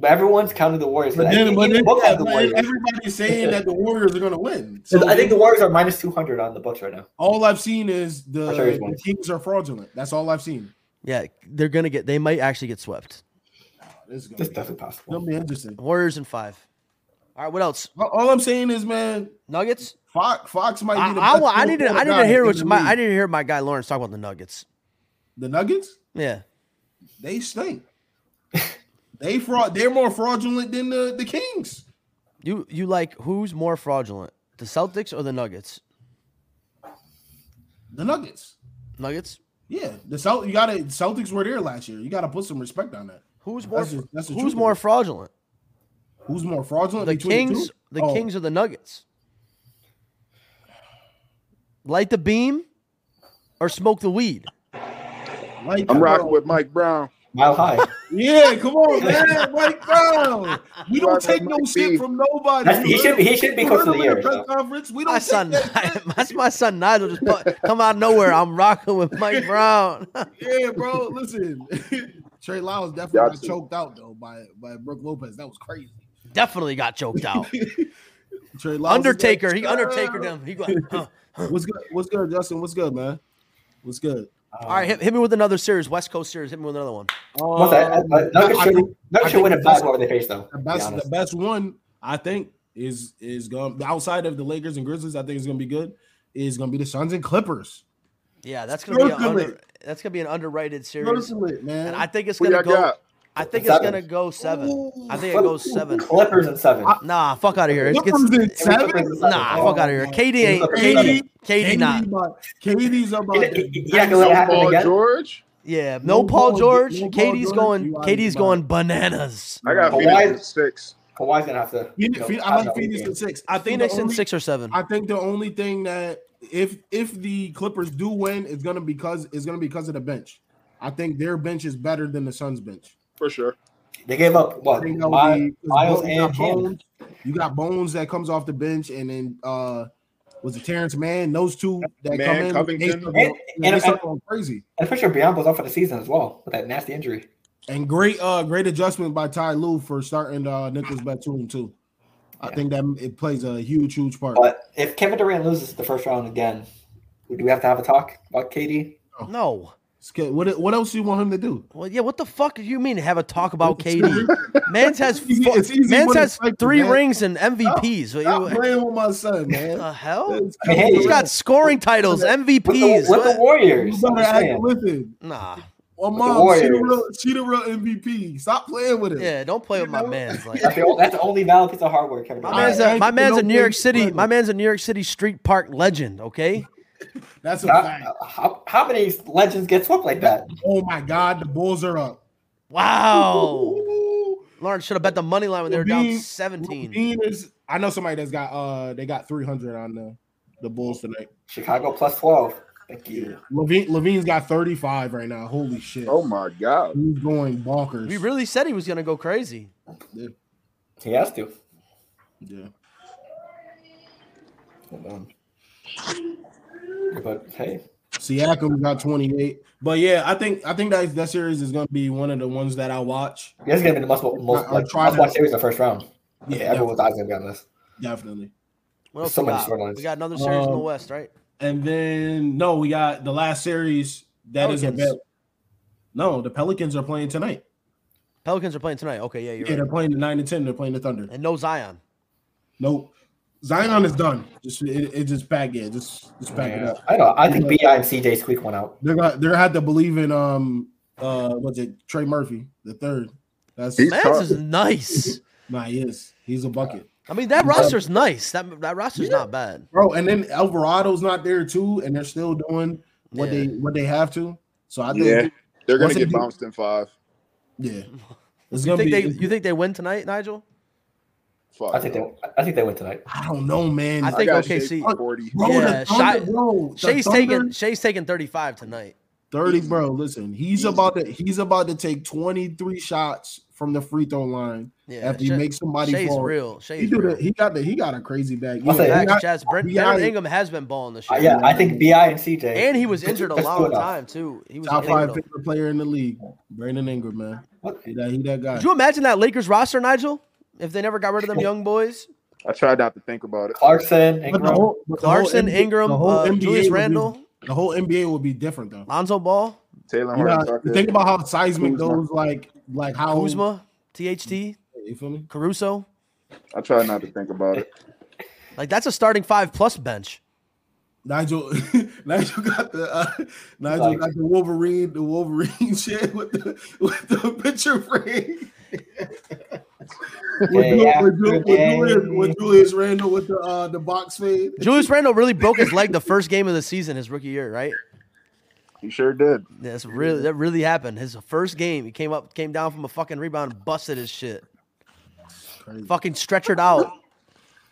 C: But everyone's counted the Warriors.
A: but
C: I
A: then
C: think
A: but
C: you
A: then-
C: look
A: yeah,
C: at the
A: but
C: Warriors.
A: everybody's saying that the Warriors are gonna win. So
C: I think the Warriors are minus two hundred on the books right now.
A: all I've seen is the,
C: I'm sure he's won.
A: the Kings are fraudulent. That's all I've seen.
B: Yeah, they're gonna get. They might actually get swept.
A: This is gonna
C: That's
A: be-
C: definitely
A: gonna
C: possible.
A: be interesting.
B: Warriors in five. All right, what else?
A: All- All I'm saying is, man,
B: Nuggets.
A: Fox Fox might
B: I,
A: be the
B: I,
A: best
B: wa- I need to. I need
A: quarterback
B: to hear
A: in
B: what
A: the
B: my. I
A: league.
B: need to hear my guy Lawrence talk about the Nuggets.
A: the Nuggets.
B: Yeah,
A: They stink. they fraud. They're more fraudulent than the, the Kings.
B: you you like who's more fraudulent, the Celtics or the Nuggets?
A: The Nuggets.
B: Nuggets.
A: Yeah, the Celt- You gotta Celtics were there last year. You gotta put some respect on that.
B: Who's more?
A: That's the- that's the
B: who's
A: truth.
B: more fraudulent,
A: Who's more fraudulent?
B: the
A: between two?
B: Kings? The
A: Oh,
B: Kings or the Nuggets? Light the beam, or smoke the weed.
A: Like,
E: I'm
A: come
E: rocking
A: on.
E: with Mike Brown.
C: Mile high.
A: Yeah, come
E: [laughs]
A: on, man. Mike Brown. We don't
E: Rocking
A: take
E: with
A: no
E: Mike B.
A: shit from nobody.
C: That's, he should be. He should be
A: You
C: coach
A: heard
C: of the
A: him in
C: year.
A: press
C: so.
A: conference. We don't
B: My
A: take
B: son,
A: that shit.
B: that's my son Nigel just pu- come out of nowhere. I'm rocking with Mike Brown. [laughs]
A: Yeah, bro. Listen, [laughs] Trey Lyles
E: Y'all
A: definitely got
E: too.
A: choked out though by by Brooke Lopez. That was crazy.
B: Definitely got choked out.
A: Trey Lyles.
B: Undertaker, he Undertaker them. He go, huh.
A: What's good? What's good, Justin? What's good, man? What's good?
B: All right, hit, hit me with another series, West Coast series. Hit me with another one.
C: What's that?
A: Um,
C: Uh, Nuggets
A: I
C: should,
A: think I
C: Nuggets should
A: think
C: win
A: the
C: in
A: best-
C: five over their face, though.
A: the
C: to be
A: best,
C: honest.
A: the best one I think is is going outside of the Lakers and Grizzlies. I think is going to be good. Is going to be the Suns and Clippers.
B: Yeah, that's gonna be a
A: Circle it.
B: under, that's gonna be an underrated series,
A: Personally, man.
B: and I think it's
E: Who
B: gonna
E: y'all
B: go.
E: got?
B: I think it's
C: Seven.
B: gonna go seven. I think it
C: Flip-
B: goes seven.
C: Clippers and seven.
A: I-
B: Nah, fuck out of here. It gets,
A: Clippers in
C: Clippers
A: seven. Oh
C: in seven.
B: nah, fuck out of here. KD ain't
A: Katie,
B: KD. KD not.
A: Katie's
C: You-
A: about.
C: you- you're not gonna let it
E: No
C: happen
E: Paul
C: again.
E: George.
B: Yeah,
A: No
B: no Paul
A: Paul-
B: George.
A: no Paul
B: KD's
A: George,
B: going.
A: you out of
B: KD's
A: your
B: going
A: mind.
B: bananas.
E: I got
C: Kawhi-
E: Phoenix at six.
C: Kawhi's gonna have to.
A: Phoenix,
C: you know,
A: Phoenix- I
C: have
A: like
C: that
A: Phoenix
C: weekend.
A: in six. I think
B: Phoenix
A: the
B: in
A: only-
B: six or seven.
A: I think the only thing that if if the Clippers do win, it's gonna because it's gonna be because of the bench. I think their bench is better than the Suns' bench.
E: for sure.
C: They gave up
A: I
C: what?
A: think that would
C: Mi-
A: be- 'cause
C: Miles
A: Bo- you got
C: and Cam.
A: Bones. You got Bones that comes off the bench, and then uh was it Terrence Mann? Those two that
E: Mann,
A: come in,
E: Covington.
A: they start
C: And-
A: going, yeah, they
C: and-
A: start going crazy.
C: And I'm pretty sure Biombo's out for the season as well with that nasty injury.
A: And great, uh great adjustment by Ty Lue for starting uh Nicholas Batum too. I
C: Yeah.
A: think that it plays a huge, huge part.
C: But if Kevin Durant loses the first round again, do we have to have a talk about KD?
B: No.
A: Sk- What what else you want him to do?
B: Well, yeah. What the fuck do you mean? Have a talk about KD? Man's has
A: It's easy-
B: fo-
A: it's easy
B: Man's
A: when
B: has
A: it's like
B: three
A: that.
B: rings and MVPs. What
A: Stop
B: you-
A: playing with my son,
B: [laughs]
A: man.
B: the hell?
A: It's
C: I mean, hey,
B: He's
A: coming
B: got
A: around.
B: scoring titles,
C: With the,
B: MVPs.
C: with the
B: What-
A: you
C: Warriors. I'm
A: better
C: just
A: act
C: saying.
A: with him.
B: Nah.
A: Well,
C: With the
A: mom, she the,
C: Warriors.
A: real, she the real MVP. Stop playing with him.
B: Yeah. Don't play with my
A: know?
B: man's. Like,
C: That's the, o- that's the only valid piece of hardware Kevin
B: my
A: I-
B: man's
C: Durant.
B: a
A: I-
B: my man's a
A: don't
B: New York
A: waste
B: City.
A: money.
B: My man's a New York City street park legend. Okay.
A: That's a fact.
C: How, how, how many legends get swept like that?
A: Oh my God, the Bulls are up.
B: Wow.
A: Ooh.
B: Lawrence should have bet the money line when they were down
A: Levine-
B: seventeen.
A: Levine is- I know somebody that's got uh they got 300 on the the Bulls tonight.
C: Chicago plus 12. Thank you.
A: Levine Levine's got 35 right now. Holy shit.
E: Oh my God.
A: He's going bonkers.
B: We really said he was gonna go crazy.
C: He has to.
A: yeah.
C: Hold on. But hey,
A: Siakam got 28. But yeah, I think I think that that series is gonna be one of the ones that I watch.
C: this is gonna be the most most
A: I- I
C: like,
A: tried
C: must watch
A: to-
C: series in the first round. Yeah,
A: Yeah,
C: everyone's eyes gonna be on this.
A: definitely.
B: What else
C: So
B: we
C: many
B: got?
C: storylines.
B: We got another series in the
A: Um,
B: West, right?
A: And then no, we got the last series that is
B: Pelicans.
A: a bet. No, the Pelicans are playing tonight.
B: Pelicans are playing tonight. Okay, yeah, you're
A: Yeah, they're
B: right.
A: playing the nine and ten. They're playing the Thunder.
B: And no Zion.
A: Nope. Zion is done. Just it, it just pack it. Just just pack it
C: Yeah.
A: up.
C: I know. I think Bi and CJ squeak one out.
A: They're gonna they're gonna have to believe in um uh what's it Trey Murphy the third. That's
E: He's
B: Mans is
E: tough.
B: nice.
A: nah he is. He's a bucket,
B: I mean, that
A: Yeah.
B: roster's nice. That that roster's not bad.
A: bro. And then Alvarado's not there too, and they're still doing what
B: Yeah.
A: they what they have to. So I think
E: Yeah,
A: yeah,
E: they're gonna
A: What's it
E: get
A: do?
E: bounced in five.
A: it's
B: You
A: gonna be.
B: think they you think they win tonight, Nigel?
E: Fuck.
C: I think they. I think they win tonight.
A: I don't know, man.
B: I
E: I
B: think
E: got
B: OKC.
E: Shea forty.
A: bro,
B: Yeah,
A: the Thunder,
B: Shai-
A: bro, the
B: Shay's
A: Thunder-
B: taking Shay's taking 35 tonight.
A: 30 bro listen he's
E: Easy.
A: about to he's about to take 23 shots from the free throw line
B: Yeah.
A: after he
B: Shay-
A: makes somebody
B: Shay's
A: fall
B: real.
A: he,
B: Shay's
A: do
B: real.
A: the, he got the he got a crazy back
C: I'll say
A: Yeah, he
B: Back,
A: got-
B: Chaz, Brent,
A: Bi-
B: Brent Ingram has been balling this
C: Uh,
B: year.
C: yeah, I think Bi and CJ.
B: And he was injured a
C: That's
B: long
C: good enough.
B: time too. He was
A: top
B: injured
A: five
B: a-
A: favorite player in the league brandon ingram man
C: What?
A: he that, he that guy
B: Could you imagine that Lakers roster, Nigel? If they never got rid of them young boys,
E: I tried not to think about it.
C: Clarkson
A: But
C: and
A: the whole- but the whole
B: Clarkson,
A: NBA
B: Ingram,
A: the whole
B: uh,
A: NBA
B: Julius
A: would be-
B: Randle,
A: the whole nba will be different though
B: Lonzo Ball,
E: Taylor
A: You
E: Horton
A: know,
E: Tucker.
A: think about how seismic
E: Kuzma.
A: goes like like how
B: Kuzma, THT,
A: you feel me
B: Caruso.
E: I tried not to think about it.
B: Like that's a starting five plus bench.
A: Nigel, [laughs] Nigel got the uh, Nigel
C: Like-
A: got the Wolverine, the Wolverine [laughs] shit with the with the picture
C: [laughs]
A: frame. with, Ju-
C: Yeah,
A: with, Ju- with
C: yeah.
A: Julius, with Julius Randle with the uh, the box fade.
B: Julius Randle really broke his leg the first game of the season, his rookie year, right?
E: He sure did.
B: That's really that really happened. His first game, he came up, came down from a fucking rebound, and busted his shit,
A: Crazy.
B: fucking stretchered out.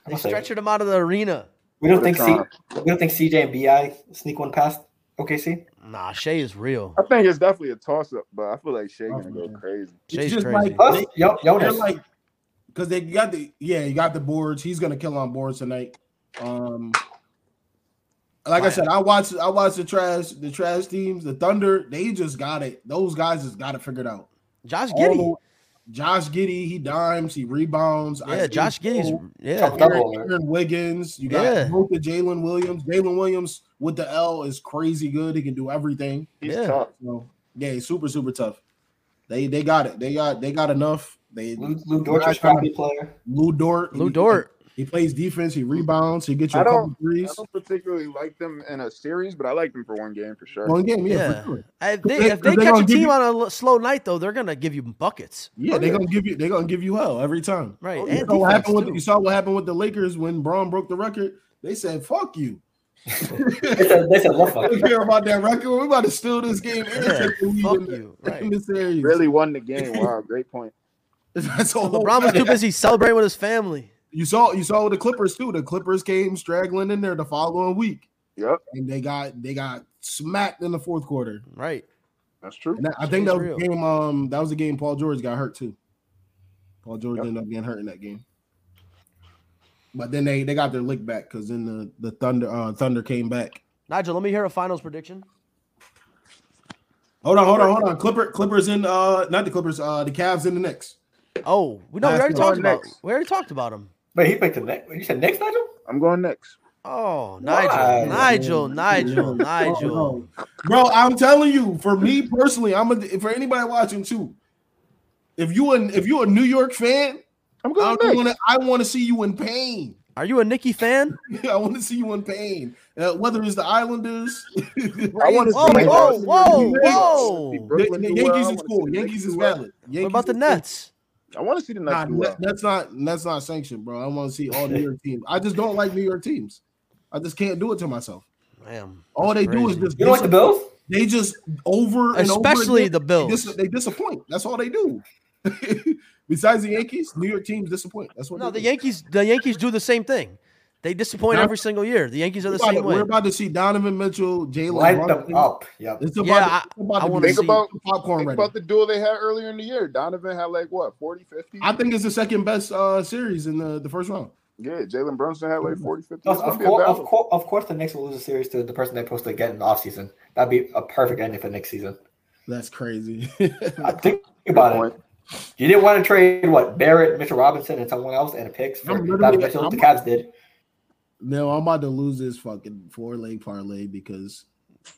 B: They
C: I'll say-
B: stretchered him out of the arena.
C: We don't
E: What a
C: think C,
E: time.
C: we don't think CJ and Bi sneak one past OKC.
B: Nah, Shea is real.
E: I think it's definitely a toss up, but I feel like Shea
B: Oh,
E: gonna go
A: Definitely.
E: crazy.
B: Shea's
A: It's just
B: crazy.
A: like
C: Us,
A: they,
C: Yo,
A: they're
C: Jonas.
A: like because they got the yeah, you got the boards. He's gonna kill on boards tonight. Um, like I
B: Fire.
A: said, I watched I watched the trash the trash teams. The Thunder, they just got it. Those guys just got it figured out.
B: Josh
A: all
B: Giddy.
A: the- Josh Giddy, he dimes, he rebounds.
B: Yeah, Josh Giddy's. Yeah,
C: Couple
A: Aaron,
C: Double, man.
A: Aaron Wiggins. You got
B: Yeah.
A: both the Jalen Williams. Jalen Williams with the L is crazy good. He can do everything.
E: He's
B: Yeah.
E: tough.
A: So yeah, he's super super tough. They they got it. They got they got enough. They
C: Lou, Lou Dort
A: Josh
C: is probably a player.
A: Lou Dort.
B: Lou
A: he-
B: Dort.
A: He, plays defense. He rebounds. He gets you
E: I
A: a couple
E: don't- I
A: threes.
E: don't particularly like them in a series, but I like them for one game for sure.
A: One game, yeah,
B: Yeah.
A: for sure.
B: If
A: Cause
B: they,
A: they-
B: if they
A: cause they
B: catch
A: gonna
B: a
A: give
B: team
A: you-
B: on a l- slow night, though, they're gonna give you buckets,
A: yeah. They're gonna give you. They're gonna give you hell every time.
B: right?
A: You,
B: Oh, and
A: saw Oh, what
B: defense,
A: happened with,
B: too.
A: you saw what happened with the Lakers when Braun broke the record. They said, "Fuck
B: [laughs]
A: you."
C: They said, they said love fuck.
A: don't care about that record. We're about to steal this game and
B: Yeah,
A: take the lead
B: fuck
A: in the-
B: you,
A: [laughs]
B: right?
A: in the series.
E: Really won the game. Wow, great point.
A: [laughs] That's all.
B: LeBron was too busy celebrating with his family.
A: You saw you saw the Clippers too. The Clippers came straggling in there the following week,
E: Yep,
A: and they got they got smacked in the fourth quarter.
B: Right.
E: that's true.
A: And that- I think that was
B: Real.
A: the game. Um, that was the game Paul George got hurt too. Paul George
E: Yep.
A: ended up getting hurt in that game. But then they, they got their lick back because then the, the Thunder uh, Thunder came back.
B: Nigel, let me hear a finals prediction.
A: Hold on, hold on, hold on. Clipper Clippers in uh not the Clippers uh the Cavs in the Knicks.
B: Oh, we know we
A: Ask
B: already
A: him.
B: talked about.
E: Next.
B: We already talked about him.
C: Wait, he picked the next. You said next, Nigel?
E: I'm going next.
B: Oh,
C: Why?
B: Nigel, Nigel, Nigel,
A: No,
B: Nigel.
A: no. Oh, Bro, I'm telling you, for me personally, I'm a, for anybody watching too. If you an if you're a New York fan,
E: I'm
A: I
E: going next.
A: want to I want to see you in pain. [laughs]
B: Are you a Nikki fan?
A: I want to see you in pain. Uh, whether it's the Islanders, [laughs] the,
E: I want to
B: Whoa,
E: see
B: whoa, whoa,
E: Brooklyn.
B: whoa.
E: I wanna see
A: the
E: Brooklyn do well. I
A: Yankees is
E: wanna see
A: cool.
E: the
A: Yankees
E: Knicks
A: is
E: do well.
A: valid.
B: What
A: Yankees
B: about the
A: is cool.
B: Nets?
E: I want to see the Nets
A: Nah,
E: do well.
A: that's not that's not sanctioned, bro. I want to see all New York teams. I just don't like New York teams. I just can't do it to myself.
B: Damn.
A: All
B: that's
A: they do is
B: crazy.
A: just
C: You don't like the Bills?
A: they just over and over
B: Especially
A: again,
B: the
A: they, dis-
B: Bills.
A: they disappoint. That's all they do. [laughs] Besides the Yankees, New York teams disappoint. That's what
B: No, the
A: they do.
B: Yankees. The Yankees do the same thing. They disappoint
A: Now-
B: every single year. The Yankees are
A: We're
B: the
A: about, to,
B: same
A: we're
B: way.
A: about to see Donovan Mitchell,
C: Light
A: Jalen.
C: them
A: Brunson.
C: up. Yep.
A: It's about,
B: Yeah,
A: to-
B: I-
A: it's about to
B: I wanna
A: be
E: Think see- about-
A: popcorn
E: Think
A: ready.
E: about the duel they had earlier in the year. Donovan had like what 40, 50?
A: I think it's the second best uh, series in the, the first round.
E: Yeah, Jalen Brunson had like 40, 50.
C: Of,
E: It's gonna be a
C: course, of,
E: battle.
C: course, of course, the Knicks will lose a series to the person they're supposed to get in the offseason. That'd be a perfect ending for next season.
A: That's crazy. [laughs]
C: I think
E: Good
C: about
E: point.
C: it. You didn't want to trade what Barrett, Mitchell Robinson, and someone else, and a pick for
A: I'm
C: Donovan
A: literally-
C: Mitchell.
A: I'm-
C: the Cavs did.
A: no, I'm about to lose this fucking four leg parlay because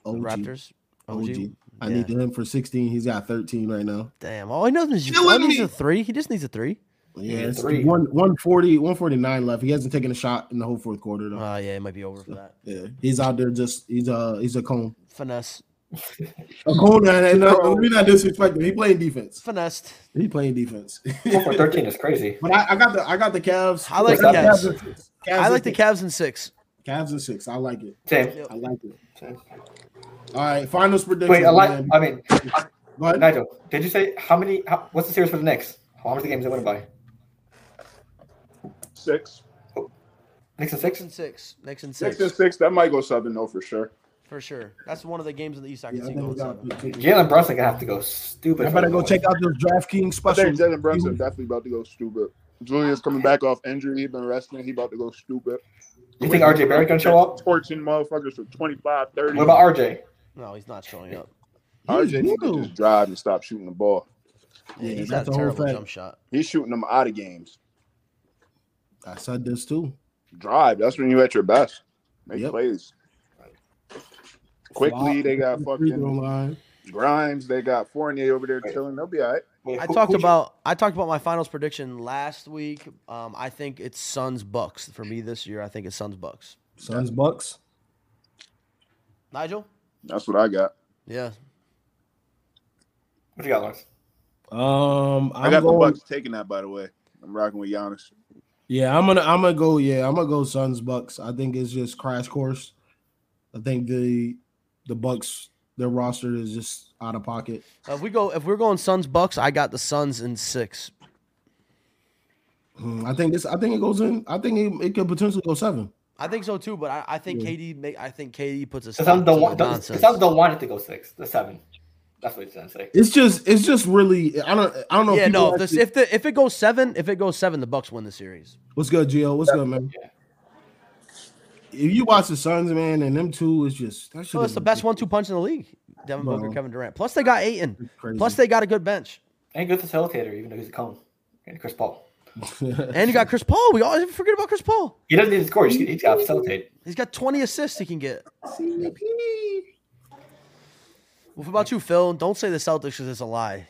B: The
A: OG.
B: Raptors. OG.
A: OG. I
B: Yeah.
A: need him for 16. He's got 13 right now.
B: Damn. All he knows is
F: Killing
B: all he needs
F: me.
B: a three. He just needs a three.
A: Yeah,
C: Yeah,
A: it's
C: three.
A: one 140, 149 left. He hasn't taken a shot in the whole fourth quarter though.
B: Oh yeah, it might be over for that.
A: yeah, he's out there just he's uh he's a cone.
B: Finesse.
A: A cone and, and uh, we're not disrespecting. He playing defense.
B: Finessed.
A: He playing defense.
C: Four for thirteen is crazy.
A: [laughs] but I, I got the I got the Cavs.
B: I like
C: the
A: Cavs.
B: Cavs.
A: in six. Cavs
B: I
A: in
B: like the
A: six.
B: Cavs in six.
A: Cavs in six. I like it.
C: Same.
B: Yep.
A: I like it.
C: Same.
A: All right, finals prediction.
C: Wait, a lot. I mean,
A: Go ahead.
C: Nigel, did you say how many? How, what's the series for the Knicks? How much the games they win by?
E: Six.
C: Knicks
B: Six
C: and six.
B: and six. Knicks and
E: Six
B: six.
E: and six. That might go seven, though, for sure.
B: For sure. That's one of the games in the East I can
A: Yeah, I
B: see
A: think we
B: going
A: gotta
B: seven.
A: pick two.
C: Jalen Brunson gonna have to go stupid.
A: I better
C: for
A: go
C: the-
A: check out those DraftKings
E: I
A: special.
E: think Jalen Brunson definitely about to go stupid. Julian's coming back off injury. He been resting. He about to go stupid.
C: You think RJ Barrett gonna show up?
E: Torching motherfuckers for 25, 30.
C: What about RJ?
B: No, he's not showing up.
E: RJ need to just drive and stop shooting the ball.
B: Yeah,
A: Yeah,
B: he's
A: that's
B: got a
A: a whole
B: terrible
A: fact.
B: jump shot.
E: He's shooting them out of games.
A: I said this too.
E: Drive. That's when you're at your best. Make
A: Yep.
E: plays. Quickly, they got
A: Free throw
E: fucking
A: line.
E: Grimes. They got Fournier over there chilling. They'll be all right.
C: Wait,
B: I
C: who-
B: talked
C: who-
B: about I talked about my finals prediction last week. Um, I think it's Suns Bucks for me this year. I think it's Suns Bucks.
A: Suns Bucks.
B: Nigel.
E: That's what I got.
B: Yeah.
C: What you got, Lawrence?
A: Um,
E: i
A: I'm
E: got
A: going,
E: the Bucks taking that, by the way. I'm rocking with Giannis.
A: Yeah, I'm gonna I'm gonna go. Yeah, I'm gonna go Suns Bucks. I think it's just crash course. I think the the Bucks their roster is just out of pocket.
B: Uh, if we go if we're going Suns Bucks, I got the Suns in six.
A: Hmm, I think this. I think it goes in. I think it, it could potentially go seven.
B: I think so too, but I, I think
A: Yeah.
B: KD make I think KD puts a
C: Because I'm
B: stop
C: the
B: to the
C: one.
B: nonsense.
C: Because I'm the one to go six. The seven. That's what he's gonna say.
A: It's just it's just really. I don't I don't know.
B: yeah,
A: people
B: no. If, this,
A: actually-
B: if the if it goes seven, if it goes seven, the Bucks win the series.
A: What's good, Gio? What's good, man?
C: Yeah.
A: If you watch the Suns, man, and them two is just that's
B: So it's the best one-two punch in the league. Devin Booker,
A: Bro.
B: Kevin Durant. Plus they got Aiton.
A: Crazy.
B: Plus they got a good bench,
C: And good facilitator, even though he's a cone. And Chris Paul.
B: and you got Chris Paul. We always forget about Chris Paul.
C: He doesn't need to score. He's, he's got to facilitate.
B: He's got 20 assists he can get. What about you, Phil? Don't say the Celtics because it's a lie.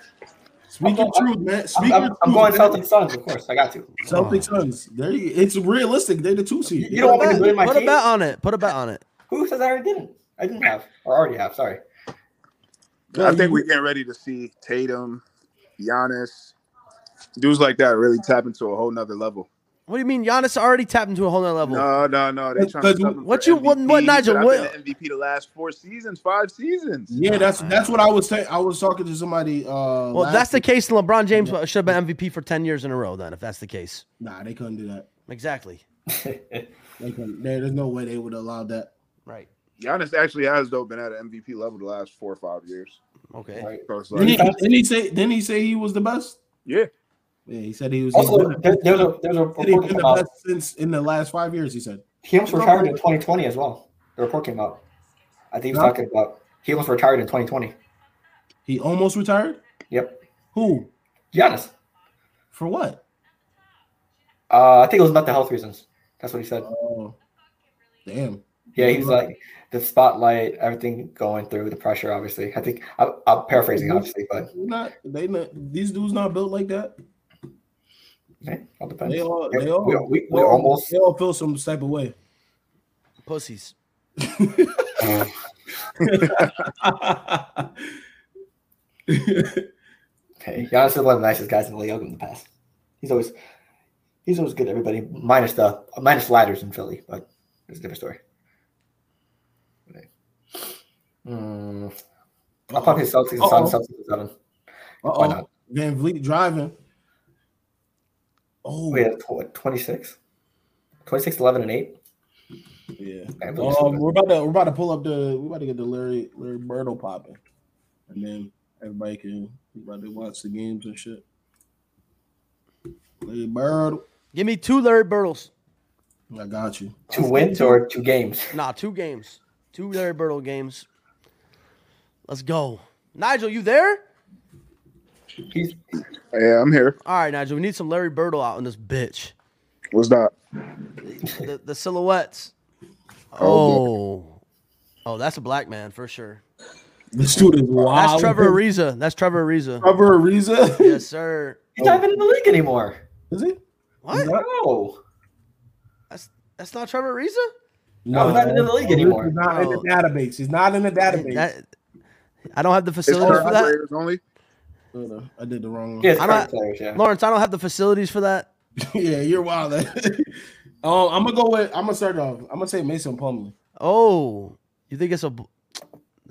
A: [laughs] Speaking truth, man.
C: I'm,
A: Speaking
C: I'm,
A: truth,
C: I'm going
A: man.
C: Celtics Suns, of course. I got to.
A: Celtics
B: Oh.
A: Suns. There you, it's realistic. They're the two seed.
C: You don't want me to
B: Put
C: blame my
B: a
C: team?
B: bet on it. Put a bet on it.
C: Who says I already didn't? I didn't have, or already have. Sorry.
A: Yeah,
E: I think
A: you-
E: we're getting ready to see Tatum, Giannis, dudes like that really tap into a whole nother level.
B: What do you mean? Giannis already tapped into a whole nother level.
E: No, no, no. They trying to
A: Because
E: sub him
B: what
E: for
B: you- what-
E: MVP,
B: what, Nigel,
E: but I've
B: what-
E: been the MVP the last four seasons, five seasons.
A: Yeah, that's that's what I was saying. I was talking to somebody. Uh,
B: well, if that's the case. Then LeBron James should have been MVP for 10 years in a row. Then, if that's the case,
A: Nah, they couldn't do that.
B: exactly.
A: They couldn't. There, there's no way they would allow that.
B: Right.
E: Giannis actually has though been at an MVP level the last four or five years.
B: Okay.
C: Right.
E: So it's
A: Didn't he,
E: like,
A: didn't he say? Didn't he say he was the best?
E: yeah,
A: Yeah, he said he was.
C: Also,
A: he's been-
C: there, there's a there's a
A: said he's been
C: report came
A: the
C: out.
A: best since in the last five years. He said.
C: He almost retired in 2020 as well. The report came out. I think he was
A: Huh?
C: talking about he almost retired in 2020.
A: He almost retired.
C: Yep.
A: Who?
C: Giannis.
A: For what?
C: Uh, I think it was mental health reasons. That's what he said.
A: Oh, damn.
C: Yeah, he's like the spotlight, everything going through the pressure. Obviously, I think I'm, I'm paraphrasing,
A: Mm-hmm.
C: obviously, but
A: They're Not they. Not, these dudes not built like that.
C: eh, all depends.
A: They all.
C: We,
A: They all.
C: we, we,
A: they all-
C: almost
A: They all feel some type of way.
B: Pussies.
C: uh, Hey, Giannis is one of the nicest guys in the league. I'll give him the pass. He's always he's always good. to Everybody minus the minus ladders in Philly, but it's a different story. Okay. Hmm. I'll probably Celtics and
A: Uh-oh.
C: Suns. Celtics and seven. Why
A: Uh oh.
C: not?
A: Van Vliet driving. Oh
C: Wait, that's what, 26? 26, 11, and eight.
A: yeah.
C: Man, Philly's so
A: Um,
C: good.
A: we're about to we're about to pull up the we're about to get the Larry Larry Birdo popping, and then everybody can we about to watch the games and shit. Larry Bird.
B: Give me two Larry Birtles.
A: I got you.
C: Two wins or two games? [laughs]
B: Nah, two games. Two Larry Birtle games. Let's go. Nigel, you there?
C: He's,
E: Yeah, I'm here.
B: All right, Nigel, we need some Larry Birtle out in this bitch.
E: What's that?
B: The, the silhouettes.
E: Oh,
B: Oh. Oh, that's a black man for sure.
A: This dude is wild.
E: Uh,
B: That's Trevor Ariza. That's Trevor Ariza.
A: Trevor Ariza.
B: Yes, sir.
C: he's not even in the league anymore.
A: [laughs] Is he?
B: What?
C: No,
B: That's that's not Trevor Ariza?
C: No, he's not in the league anymore.
A: He's not in the
B: Oh.
A: database. He's not in the database.
B: That, I don't have the
E: It's
B: facilities
E: for
B: for that.
E: operators only.
A: Hold on, I did the wrong one.
C: yeah, it's
B: I'm
C: current
B: not-
C: players. Yeah,
B: Uh, Lawrence, I don't have the facilities for that.
A: [laughs] yeah, you're wild. um, I'm gonna go with. I'm gonna start off. I'm gonna say Mason Plumlee.
B: Oh, you think it's a b-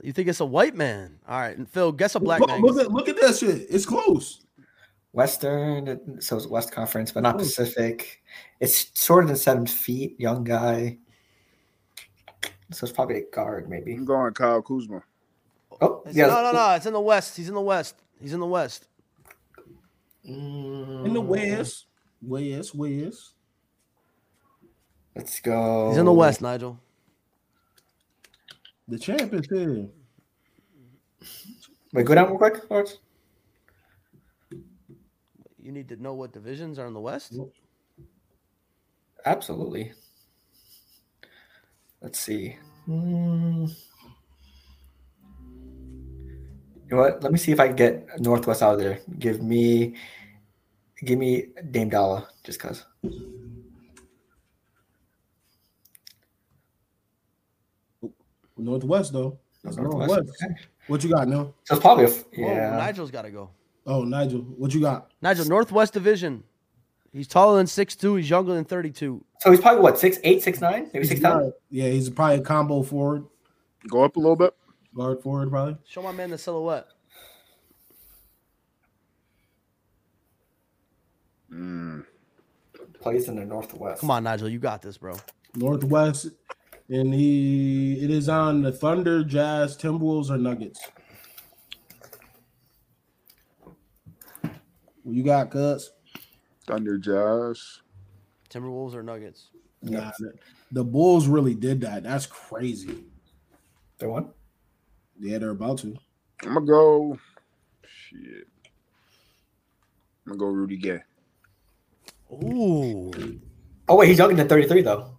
B: you think it's a white man? All right, and Phil, guess a black
A: Look,
B: man.
A: look at look at that shit. It's close.
C: Western. So it's West Conference, but not
B: Hmm.
A: Oh.
C: Pacific. It's shorter than seven feet. Young guy. So it's probably a guard, maybe.
E: I'm going Kyle Kuzma.
C: Oh,
B: Hmm. It's-
C: yeah.
B: No, no, no. It's in the West. He's in the West. He's in the West.
C: Mm,
A: In the West, West, West.
C: Let's go.
B: He's in the West, Nigel.
A: The champ is here.
C: Wait, go down real quick, Lawrence.
B: You need to know what divisions are in the West.
C: Absolutely. Let's see. Mm. You know what? Let me see if I can get Northwest out of there. Give me, give me Dame Dalla, just cause.
A: Northwest though. It's
C: Northwest.
A: Northwest. Oh,
C: Okay.
A: What you got now?
C: So it's probably a f-
B: Whoa,
C: yeah.
B: Nigel's got to go.
A: Oh, Nigel, what you got?
B: Nigel, Northwest Division. He's taller than 6'2". He's younger than 32.
C: So he's probably what six, eight, six, nine, maybe six nine.
A: Yeah, he's probably a combo forward,
E: Go up a little bit.
A: guard forward, probably.
B: Show my man the silhouette.
E: Mm.
C: Plays in the Northwest.
B: Come on, Nigel. You got this, bro.
A: Northwest, and he it is on the Thunder, Jazz, Timberwolves, or Nuggets. What you got, Cuz?
E: Thunder Josh.
B: Timberwolves or Nuggets?
A: Nah, the Bulls really did that. That's crazy.
C: They won.
A: Yeah, they're about to.
E: I'm gonna go. Shit. I'm gonna go Rudy Gay.
B: Ooh.
C: Oh wait, he's younger than thirty three though.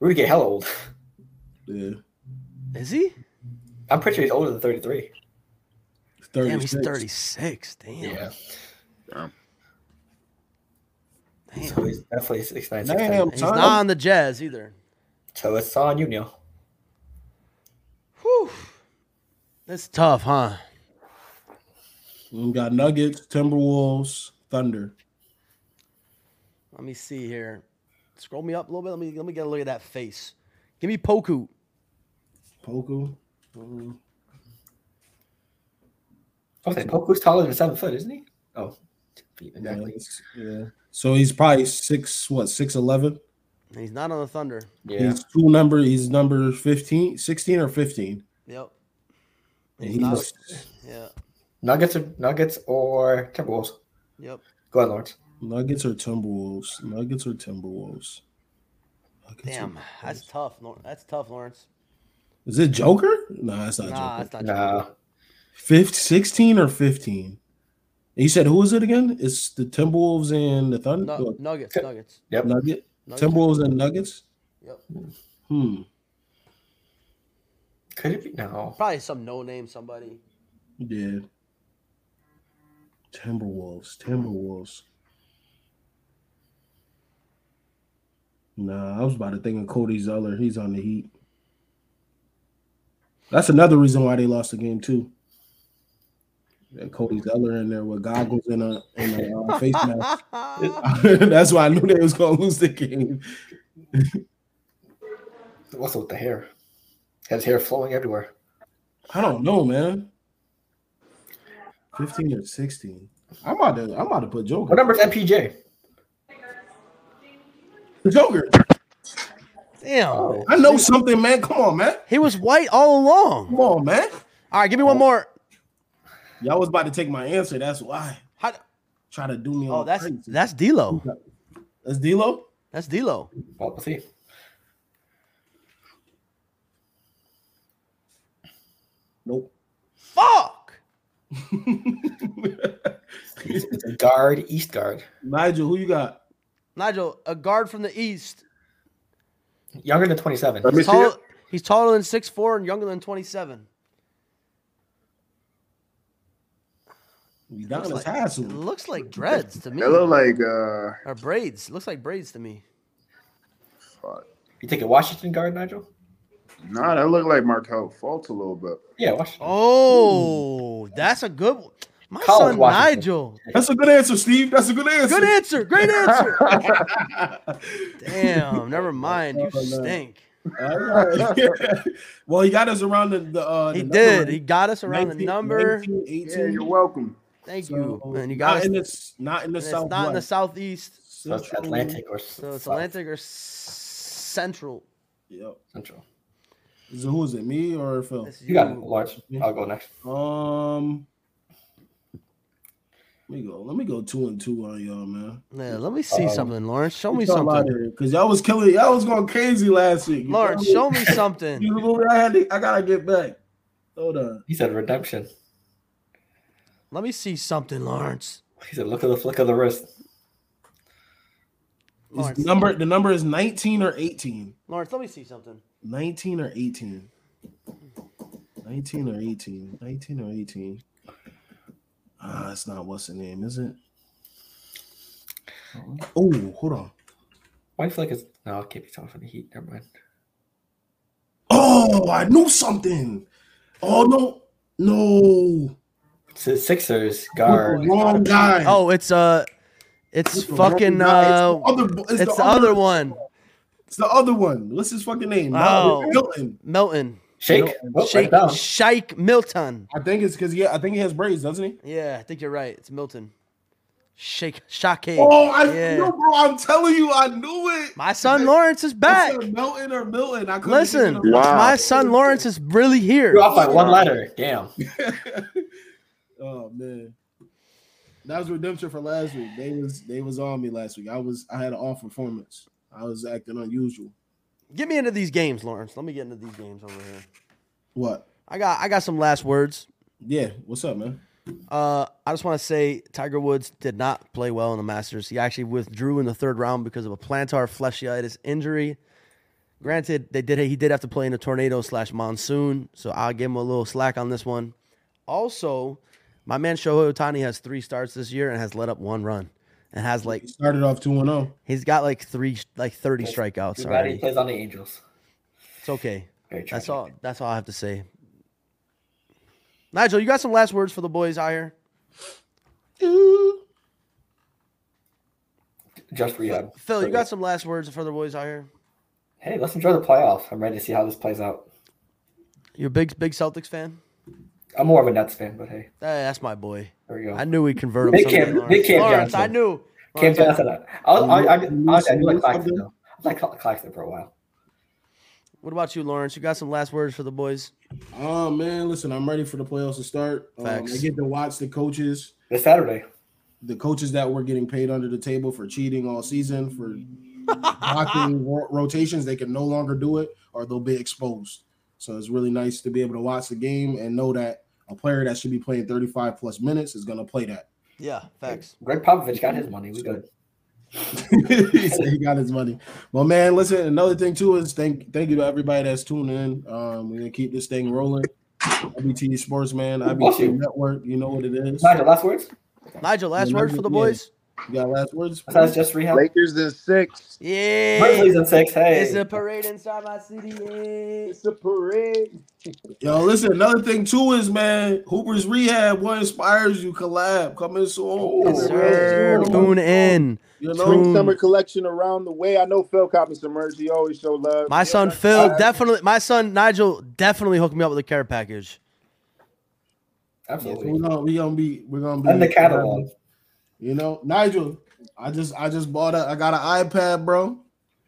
C: Rudy get hella old. [laughs]
A: Yeah,
B: Is he?
C: I'm pretty sure he's older than thirty three.
B: Damn, he's
A: 36.
B: 36. Damn. Damn.
C: So he's definitely six nine. Six,
A: Damn,
B: He's
A: son.
B: not on the Jazz either.
C: So it's on you, Neil.
B: Whew. That's tough, huh?
A: We got Nuggets, Timberwolves, Thunder.
B: Let me see here. Scroll me up a little bit. Let me let me get a look at that face. Give me Poku.
A: Poku. Mm.
C: Okay, Poku's taller than seven foot, isn't he? Oh, feet,
A: Yeah,
C: exactly.
A: it's- yeah. So he's probably six, what, six eleven?
B: He's not on the Thunder.
C: Yeah.
A: He's two number, he's number 15, 16 or 15.
B: Yep.
A: And
B: He's not-
A: he's
B: Yeah.
C: Nuggets or Nuggets or Timberwolves.
B: Yep.
C: Go ahead, Lawrence.
A: Nuggets or Timberwolves. Nuggets or Timberwolves. Nuggets or-
B: Damn. That's tough. Lawrence. That's tough, Lawrence.
A: Is it Joker? Nah, it's not
B: Nah,
A: Joker.
B: that's not true.
C: No,
A: Fifth, 16 or 15? And you said who is it again? It's the Timberwolves and the Thunder.
B: Nu- nuggets, nuggets,
C: Yep.
A: Nugget.
B: nuggets.
A: Timberwolves and Nuggets?
B: Yep.
A: Hmm.
C: could it be? No.
B: Probably some no name somebody.
A: Yeah. Timberwolves. Timberwolves. Nah, I was about to think of Cody Zeller. He's on the Heat. That's another reason why they lost the game too. That Cody Zeller in there with goggles and a and a uh,
B: [laughs]
A: face mask. [laughs] That's why I knew they was gonna lose the game.
C: What's with the hair? Has hair flowing everywhere.
A: I don't know, man. Fifteen or sixteen. I'm about to. I'm about to put
C: What
A: Joker.
C: number is MPJ?
A: Joker.
B: Damn.
C: Oh.
A: I know something, man. Come on, man.
B: He was white all along.
A: Come on, man.
B: All right, give me one more.
A: Y'all was about to take my answer. That's why.
B: How,
A: try to do me.
B: Oh,
A: all
B: that's
A: crazy.
B: that's D'Lo.
A: that's D'Lo.
B: That's D'Lo.
C: Well, we'll see.
A: Nope. [laughs]
B: Fuck.
C: It's, it's a guard, East guard.
A: Nigel, who you got?
B: Nigel, a guard from the East.
C: Younger than 27.
E: Let me see
B: Tall,
E: it.
B: he's taller than 6'4 and younger than 27.
A: Udonis
B: like- It
A: Haslem.
B: looks like dreads to me.
E: It look like uh,
B: or braids. Looks like braids to me.
E: fuck.
C: You take a Washington guard, Nigel?
E: Nah, that look like Markel Fultz a little bit.
C: Yeah, Washington.
B: Oh, that's a good one. My
C: College
B: son
C: Washington.
B: Nigel.
A: That's a good answer, Steve. That's a good answer.
B: Good answer. Great answer.
A: [laughs] answer.
B: Damn, never mind. You
A: Oh, no.
B: stink.
A: [laughs] well, he got us around the. the uh,
B: He
A: the
B: did.
A: number,
B: He got us around the
A: 19,
B: number.
A: 19, 18.
E: Yeah, you're welcome.
B: Thank
A: So,
B: you. And you
A: not
B: got us.
A: in
B: and
A: the s- not in the
B: It's
A: south.
B: not in the southeast.
C: So it's Atlantic or
B: So it's
C: South
B: Atlantic or s- Central.
A: Yep.
C: Central.
A: So who is it? Me or Phil?
B: It's
C: You got it,
B: you.
C: large. I'll go next.
A: Um. Let me go. Let me go two and two on y'all, man.
B: Yeah, let me see
C: Um,
B: something, Lawrence. Show me
A: Get y'all outta
B: something.
A: here, cause y'all was killing. Y'all was going crazy last week. You
B: Lawrence,
A: feel
B: show me something.
A: You know, I had to, I gotta get back. Hold on.
C: He said redemption.
B: Let me see something, Lawrence.
C: He said, look at the flick of the wrist.
A: Is
B: Lawrence,
A: the number the number is 19 or 18.
B: Lawrence, let me see something.
A: 19 or 18. 19 or 18. 19 or 18. Ah, it's not what's the name, is it? Oh, hold on.
C: Why do you feel like it's. No, it can't be someone from the Heat. Never mind.
A: Oh, I knew something. Oh no, no,
C: It's the Sixers
A: With
C: guard.
A: the wrong guy.
B: Oh, it's uh it's
A: With the wrong
B: fucking
A: guy.
B: uh
A: it's the other,
B: it's the other one.
A: It's the other one. What's his fucking name?
B: Oh.
A: Malcolm Milton.
B: Milton.
C: Shake. Oh,
B: Shake
C: right down.
B: Shike Milton.
A: I think it's because yeah, I think he has braids, doesn't he?
B: Yeah, I think you're right. It's Milton. Shake Shake.
A: Oh, I
B: Yeah.
A: yo, bro, I'm telling you, I knew it.
B: My son Lawrence is back.
A: I said Melton or Milton. I couldn't
B: Listen,
A: think of-
E: Wow.
B: my son Lawrence is really here.
C: You're off by one letter. Damn.
A: [laughs] oh man, that was redemption for last week. They was they was on me last week. I was I had an off performance. I was acting unusual.
B: Get me into these games, Lawrence. Let me get into these games over here.
A: What?
B: I got I got some last words.
A: Yeah. What's up, man?
B: Uh, I just want to say Tiger Woods did not play well in the Masters. He actually withdrew in the third round because of a plantar fasciitis injury. Granted, they did he did have to play in a tornado slash monsoon, so I'll give him a little slack on this one. Also, my man Shohei Otani has three starts this year and has let up one run, and has like
A: He started off two and oh. zero.
B: he's got like three like thirty strikeouts
C: Too bad he
B: already.
C: plays on the Angels.
B: It's okay.
C: Very
B: That's
C: tragic.
B: all. That's all I have to say. Nigel, you got some last words for the boys out here?
C: Just rehab.
B: Phil, you got some last words for the boys out here?
C: Hey, let's enjoy the playoff. I'm ready to see how this plays out.
B: You're a big, big Celtics fan.
C: I'm more of a Nets fan, but hey,
B: Hey, that's my boy.
C: there we go.
B: I knew we convert him.
C: Big
B: someday,
C: Cam-
B: Lawrence.
C: big Cam
B: Lawrence,
C: Johnson.
B: I knew.
C: Cam
B: Lawrence, I-
C: Johnson. I, I, I, I, I, I
A: Lose-
C: like Claxton
A: lose
C: though. I like Cla- Claxton for a while.
B: What about you, Lawrence? You got some last words for the boys?
A: Oh man, listen, I'm ready for the playoffs to start. Um, I
B: Facts.
A: get to watch the coaches.
C: This Saturday.
A: the coaches that were getting paid under the table for cheating all season for blocking ro- rotations, they can no longer do it or they'll be exposed. So it's really nice to be able to watch the game and know that a player that should be playing 35 plus minutes is going to play that. [laughs]
B: Yeah, facts.
C: Greg Popovich got his money. We good.
A: he said he got his money. Well, man, listen. Another thing too is thank thank you to everybody that's tuning in. Um, we're gonna keep this thing rolling. IBT Sports, man. IBT Network. You know what it is.
C: Nigel, last words?
B: Nigel, last
A: Yeah,
B: words
A: Nigel,
B: for the
A: yeah.
B: boys?
A: You got last words?
C: Besides just rehab.
E: Lakers in six.
B: Yeah.
C: Grizzlies in six. Hey.
B: It's a parade inside my city. yeah.
E: It's a parade.
A: Yo, listen, another thing too is man, Hooper's rehab, what inspires you? Collab coming soon.
B: Yes, sir. Tune in.
A: You know,
E: Bring
B: Tune.
E: summer collection around the way. I know Phil copping some merch. He always show love.
B: My
E: Yeah,
B: son
E: man.
B: Phil
E: Uh,
B: definitely. My son Nigel definitely hooked me up with a care package.
A: we're
C: Absolutely.
A: gonna, we gonna be we're gonna be
C: And the catalog.
A: You know, Nigel, I just I just bought a I got an iPad, bro.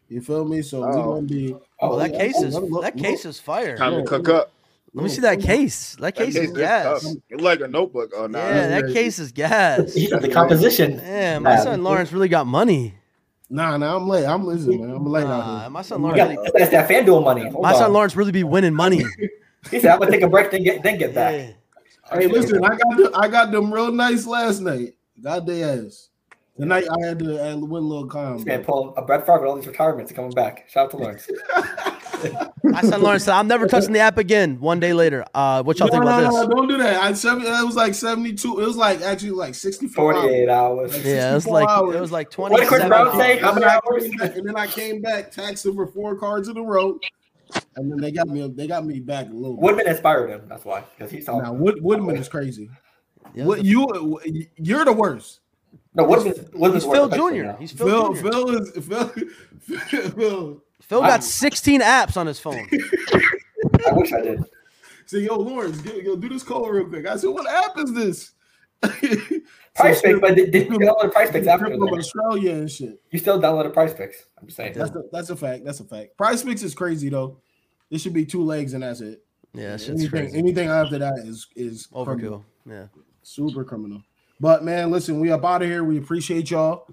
A: You feel me? So
E: Oh.
A: we're gonna be
B: Oh, that
A: yeah.
B: case is
A: Look,
B: that
A: look.
B: case is fire.
E: Time to cook up.
B: Let me see that case. That
E: That
B: case is
E: case is tough.
B: gas.
E: It's like a notebook. Oh, nah.
B: Yeah, that
A: Yeah.
B: case is gas.
C: [laughs] You know, the composition.
B: Man, my
C: Nah,
B: son
C: this-
B: Lawrence really got money.
A: Nah, nah, I'm late. I'm listening, man. I'm late out
B: Nah,
A: here.
B: my son
C: You
B: Lawrence.
C: got,
B: really-
C: that's that FanDuel money. Hold
B: my son
C: on.
B: Lawrence really be winning money.
C: He said, "I'm gonna take a break, then get then get back."
B: Yeah.
A: Hey, listen, I got the, I got them real nice last night. Got their ass. Tonight I had to uh, win a little calm.
C: This man pulling a Brett Favre with all these retirements and coming back. Shout out to Lawrence.
B: My son Lawrence said, "I'm never touching the app again." One day later, uh, what y'all
A: no,
B: think
A: no,
B: about
A: no,
B: this?
A: don't do that. I seven, it was like 72. It was like actually like 64. hours.
C: 48 hours.
B: Yeah, it was
A: 64
B: like
A: hours.
B: it was like
C: What did Chris
B: 27.
C: Brown say? How
A: And
C: many
A: then I
C: hours?
A: came back- and then I came back taxing for four cards in a row, and then they got me. They got me back a little. bit.
C: Woodman inspired him. That's why, because he's all
A: Now Wood, Woodman is crazy.
B: Yeah,
A: What
B: it
A: you you're the worst.
C: no Woodman's
B: was
C: Woodman's
B: a- Phil
C: worth it
B: Jr.
C: now.
B: He's
A: Phil
B: Phil, Jr.
A: Phil is Phil Phil. [laughs]
B: Phil
C: I-
B: got 16 apps on his phone.
C: I wish I did.
A: Say yo Lawrence, get, yo do this call real quick. I said, what app is [laughs] this?
C: Price picks, but did, did you
A: Phil-
C: download price picks after?
A: from
C: that?
A: Australia and shit.
C: You still downloaded price picks. I'm just saying.
A: That's a, that's a fact. That's a fact. Price mix is crazy though. It should be two legs and that's it.
B: Yeah, that shit's
A: anything
B: crazy.
A: anything after that is is criminal.
B: Overkill. Yeah.
A: super criminal. But man, listen, we up out of here. We appreciate y'all,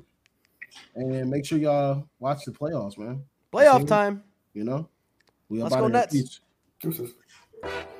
A: and make sure y'all watch the playoffs, man.
B: Playoff
A: Mhm.
B: time.
A: You know, we
B: Let's go
A: outta here.
B: nuts.
A: Peace.
C: Deuces.